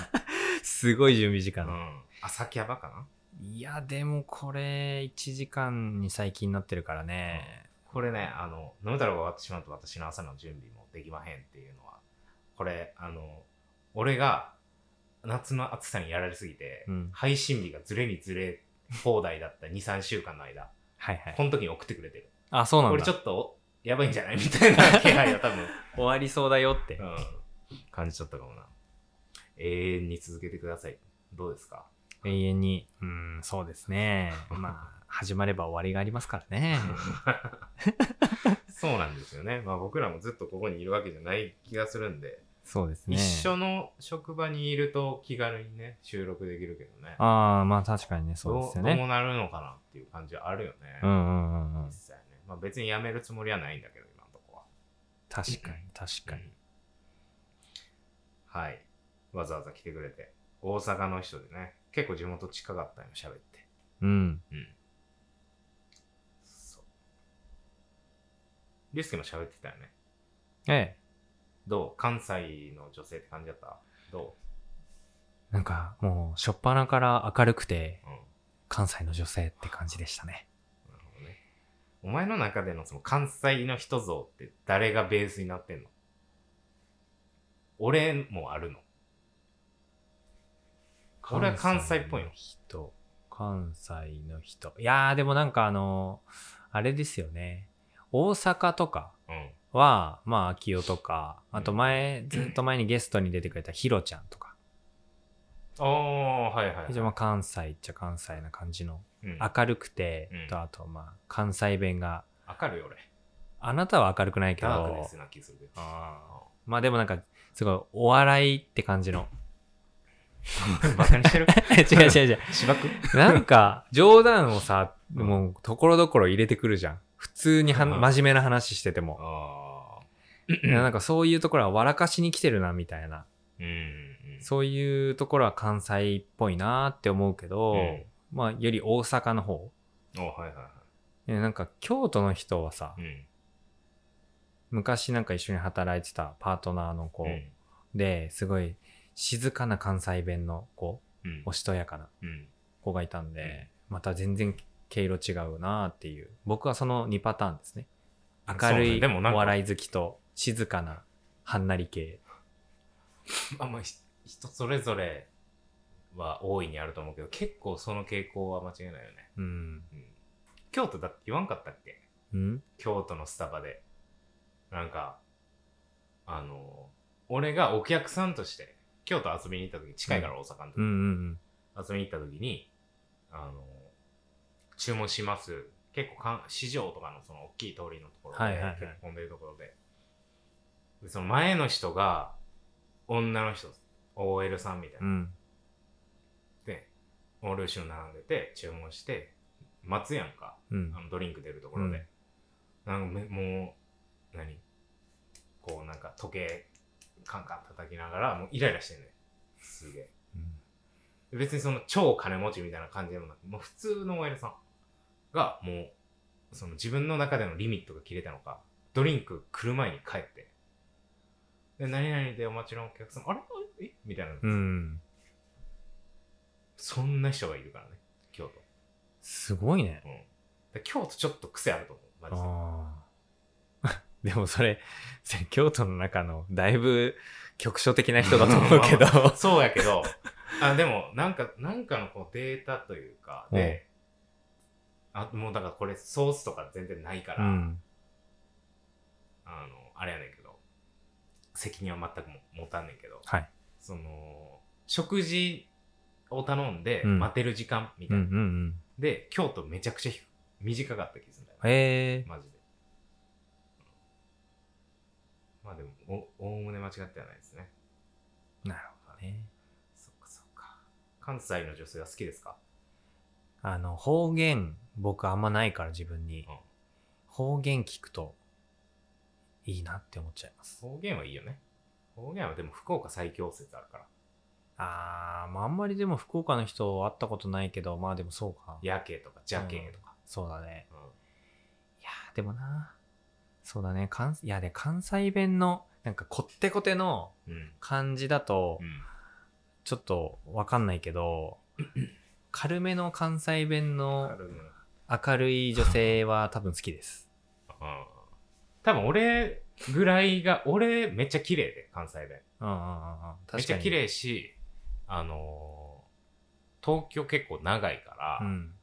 S2: すごい準備時
S1: な
S2: 間
S1: う。ん。朝キャバかない
S2: や、でもこれ、1時間に最近なってるからね。
S1: これね、あの、飲む太郎が終わってしまうと私の朝の準備もできまへんっていうのは、これ、あの、俺が夏の暑さにやられすぎて、
S2: うん。
S1: 配信日がずれにずれ放題だった2、3週間の間、
S2: はいはい。
S1: この時に送ってくれてる。
S2: あ、そうなん
S1: こ
S2: だ。
S1: れちょっと、やばいんじゃないみたいな気配が多 分、
S2: 終わりそうだよって。
S1: うん、感じちゃったかもな。永遠に続けてください。どうですか
S2: 永遠に、うーん、そうです ね。まあ、始まれば終わりがありますから ね。
S1: そうなんですよね。まあ僕らもずっとここにいるわけじゃない気がするんで、
S2: そうですね。
S1: 一緒の職場にいると気軽にね収録できるけどね
S2: ああ、まあ確かにね、そうですよ
S1: どど
S2: ね。
S1: うなるのかなっていう感じはあるよね、
S2: うんうんうんうん
S1: 実。際ね、まあ、別に辞めるつもりはないんだけど今のとこは
S2: 確かに、確かに
S1: う。んはいわざわざ来てくれて大阪の人でね結構地元近かったよ喋って
S2: うん。
S1: うんそうリュウスケも喋ってたよね
S2: ええ。
S1: どう関西の女性って感じだったど
S2: なんか、もう、しょっぱなから明るくて、
S1: う、うん
S2: 関西の女性って感じでしたね。
S1: なるほどね。お前の中でのその関西の人像って誰がベースになってんの俺もあるの。これは関西っぽいの
S2: 関西の人。関西の人。いやー、でもなんかあの、あれですよね。大阪とか、
S1: うん。
S2: は、まあ、秋代とか、
S1: うん
S2: あと前、ずっと前にゲストに出てくれたヒロちゃんとか、
S1: ああ、はいはい、はい。
S2: 非常にまあ関西っちゃ関西な感じの、
S1: うん、
S2: 明るくて
S1: うん、
S2: とあと、まあ、関西弁が、
S1: 明るい俺。
S2: あなたは明るくないけ
S1: ダークネ
S2: ど
S1: ス、な気するけど。
S2: あまあでもなんか、すごい、お笑いって感 じの。
S1: バカに してる
S2: 違う違う違う。
S1: 芝く
S2: なんか、冗談をさ、
S1: うん
S2: もう、ところどころ入れてくるじゃん。普通には
S1: うん
S2: 真面目な話してても。
S1: ああ。
S2: なんかそういうところは笑かしに来てるな、みたいな。
S1: うんうん。
S2: そういうところは関西っぽいなって思うけど、
S1: うん
S2: まあより大阪の方
S1: おはいはいは
S2: ねなんか京都の人はさ、
S1: い。うん。
S2: 昔なんか一緒に働いてたパートナーの子
S1: うん。
S2: ですごい静かな関西弁の子
S1: うん
S2: おしとやかな
S1: うん。
S2: 子がいたんで、また全然毛色違うなっていう僕はその2パターンですね明る
S1: そうね
S2: い
S1: でもなん
S2: お
S1: か
S2: 笑い好きと静かなはんなり系
S1: まあまあ、ひ人それぞれは大いにあると思うけど、結構その傾向は間違いないよね。
S2: うん、
S1: うん京都だって言わんかったっけ
S2: うん、
S1: 京都のスタバでなんかあの俺がお客さんとして京都遊びに行った時近いから大阪の時、
S2: うんうん
S1: 遊びに行った時にあの注文します結構かん市場とかのその大きい通りのところで、
S2: はいはいはい
S1: 結構混んでるところででその前の人が女の人 OL さんみたいな
S2: うんう、ん
S1: で俺後ろ並んでて注文して待つやんか、
S2: うん
S1: あのドリンク出るところで、なんかめもう何こうなんか時計カンカン叩きながら、もうイライラしてんねん。すげえ。別にその超金持ちみたいな感じでもなく、もう普通の OL さんがもう、その自分の中でのリミットが切れたのか、ドリンク来る前に帰って、で、何々でお待ちのお客様、あれえみたいな、
S2: うん。
S1: そんな人がいるからね、京都。
S2: すごいね。
S1: うん。で京都ちょっと癖あると思う、マジで。
S2: ああ。 でもそれ、それ京都の中のだいぶ局所的な人だと思う けど。
S1: そうやけど、あでも、なんか、なんかのこうデータというか、で、あもうだからこれソースとか全然ないから、
S2: うん。
S1: あの、あれやねんけど、責任は全くも持たんねんけど、
S2: はい。
S1: その、食事を頼んで
S2: うん
S1: 待てる時間み
S2: う
S1: た
S2: ん
S1: いな。
S2: うんうん。
S1: で、京都めちゃくちゃ低短かった気がするんだよね。
S2: へえ。
S1: マジで。まあでも、お、おおむね間違ってはないですね。
S2: なるほどね。
S1: そっかそっか。関西の女性は好きですか
S2: あの、方言、僕あんまないから自分に
S1: うん。
S2: 方言聞くと、いいなって思っちゃいます。
S1: 方言はいいよね。方言はでも福岡最強説あるから。
S2: あー、まああんまりでも福岡の人会ったことないけど、まあでもそうか。
S1: 夜景とか邪景とか。
S2: そうだね。
S1: うん
S2: いやーでもなそうだね。関いやで、関西弁の、なんかこってこての
S1: うん。
S2: 感じだと
S1: う、ん。
S2: ちょっとわかんない けど、軽めの関西弁の
S1: あるね
S2: 明るい女性は多分好きです。
S1: うん多分俺ぐらいが、俺めっちゃ綺麗で、関西弁。
S2: うんうんうんうん。確か
S1: め
S2: に。
S1: っちゃ綺。麗し、あのー東京結構長いから、
S2: うん。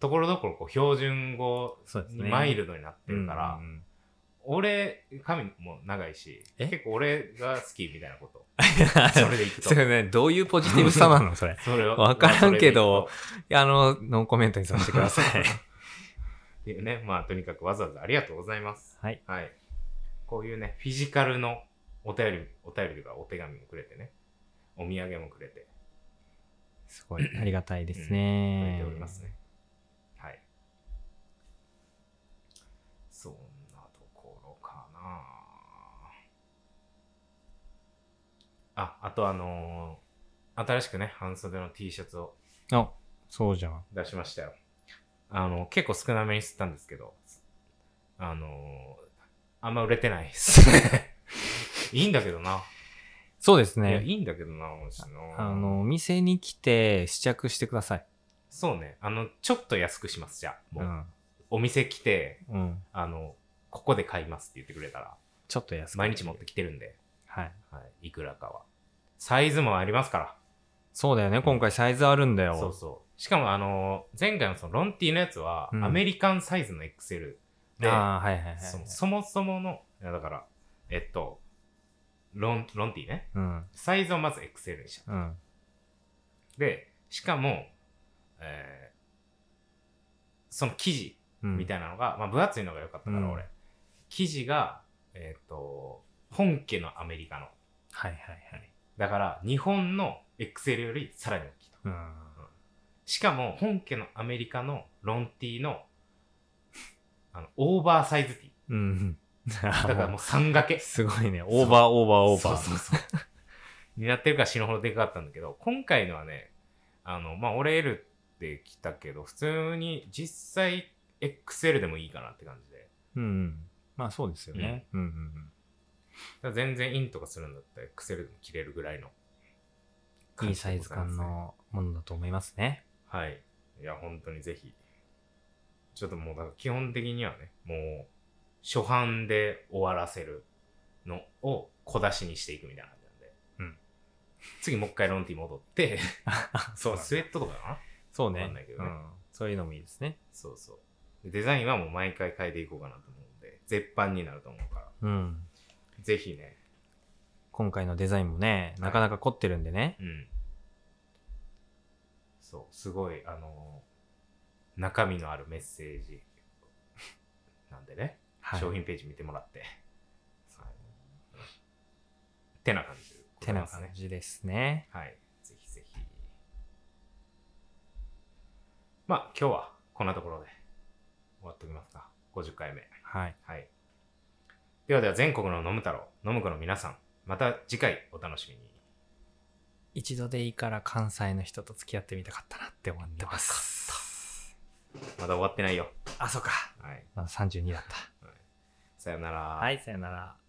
S1: ところどころこう標準語
S2: そうです
S1: に
S2: ね。
S1: マイルドになって
S2: うんうん
S1: る
S2: うん
S1: から、俺、髪も長いし、
S2: え
S1: 結構俺が好きみたいな こと。それでいくと
S2: そ。れね、どういうポジティブさな のそれ。
S1: それは
S2: わからんけど、
S1: まあ
S2: いやあの、ノーコメントにさせてください。
S1: それでいくとっていうね、まあとにかくわざわざありがとうございます。
S2: はい。
S1: はい。こういうね、フィジカルのお便り、お便りとかお手紙もくれてね、お土産もくれて、
S2: すごい、ありがたいです
S1: 増
S2: ね
S1: え。ておりますね。はい。そんなところかなあ、あとあのー新しくね、半袖の T シャツを
S2: あ、そうじゃん。
S1: 出しましたよ。あの、結構少なめに吸ったんですけど、あのーあんま売れてないです。 いいんだけどな。
S2: そうです
S1: いや、
S2: ね
S1: い。いんだけどな、もしの。
S2: あの、お店に来て試着してください。
S1: そうね。あの、ちょっと安くします、じゃあ。も
S2: う
S1: う、
S2: ん。
S1: お店来て、
S2: うん。
S1: あの、ここで買いますって言ってくれたら、
S2: ちょっと安く。
S1: 毎日持ってきてるんで、
S2: はい。
S1: はい、いくらかは。サイズもありますから。
S2: そうだよね。今回サイズあるんだよ。
S1: そうそう。しかも、あの、前回のそのロンティのやつは、
S2: うん
S1: アメリカンサイズの XL で、
S2: ああ、はいはいはい。
S1: そそもそもの、いやだから、えっと、ロン、ロンティね。
S2: うん。
S1: サイズをまず XL にした。
S2: うん。
S1: で、しかも、えーその生地
S2: うん。
S1: み
S2: い
S1: たいなのが、まあ分厚いのが良かったから、
S2: うん
S1: 俺。生地が、えっ、と、本家のアメリカの。
S2: はいはいはい。
S1: だから、日本の XL よりさらに大きいと。
S2: うん。
S1: しかも、本家のアメリカのロンティの、あの、オーバーサイズティ
S2: うん。だ
S1: ー。だからもう3掛け。
S2: すごいね。オーバーオーバーオーバー。
S1: そうそうそう。になってるから死ぬほどでかかったんだけど、今回のはね、あの、まあ、俺 L って来たけど、普通に実際 XL でもいいかなって感じで。
S2: うんうん。まあそうですよね。うんうん
S1: だから全然インとかするんだったら XL でも着れるぐらいの
S2: うん。い
S1: 感
S2: い
S1: じで
S2: サ
S1: ございますね、
S2: イズ感のものだと思いますね。
S1: はい。いや、本当にぜひ。ちょっともう、だから基本的にはね、もう、初版で終わらせるのを小出しにしていくみたいな感じなんで。
S2: うん。
S1: 次もう一回ロンティ戻って、
S2: そ
S1: まあスウェットとかかな
S2: そうね
S1: わかんないけど
S2: う
S1: ね
S2: ん。そういうのもいいですね。
S1: そうそう。デザインはもう毎回変えていこうかなと思うんで、絶版になると思うから、
S2: うん。
S1: ぜひね、
S2: 今回のデザインもね、なかなか凝ってるんでね。
S1: うん。そう、すごい、あのー中身のあるメッセージなんでね、
S2: はい。
S1: 商品ページ見てもらって。はい。てな感じでござ
S2: て
S1: い
S2: な
S1: ます
S2: 感
S1: ね。
S2: じですね。
S1: はい。ぜひぜひ。まあ、今日はこんなところで終わっておきますか。50回目。
S2: はい。
S1: はい。ではでは全国の飲む太郎、飲む子の皆さん、また次回お楽しみに。
S2: 一度でいいから関西の人と付き合ってみたかったなって思ってます。
S1: まだ終わってないよ。
S2: あ、そうか。
S1: はい。
S2: まだ32だっ
S1: さよなら。
S2: た。はい、さよなら。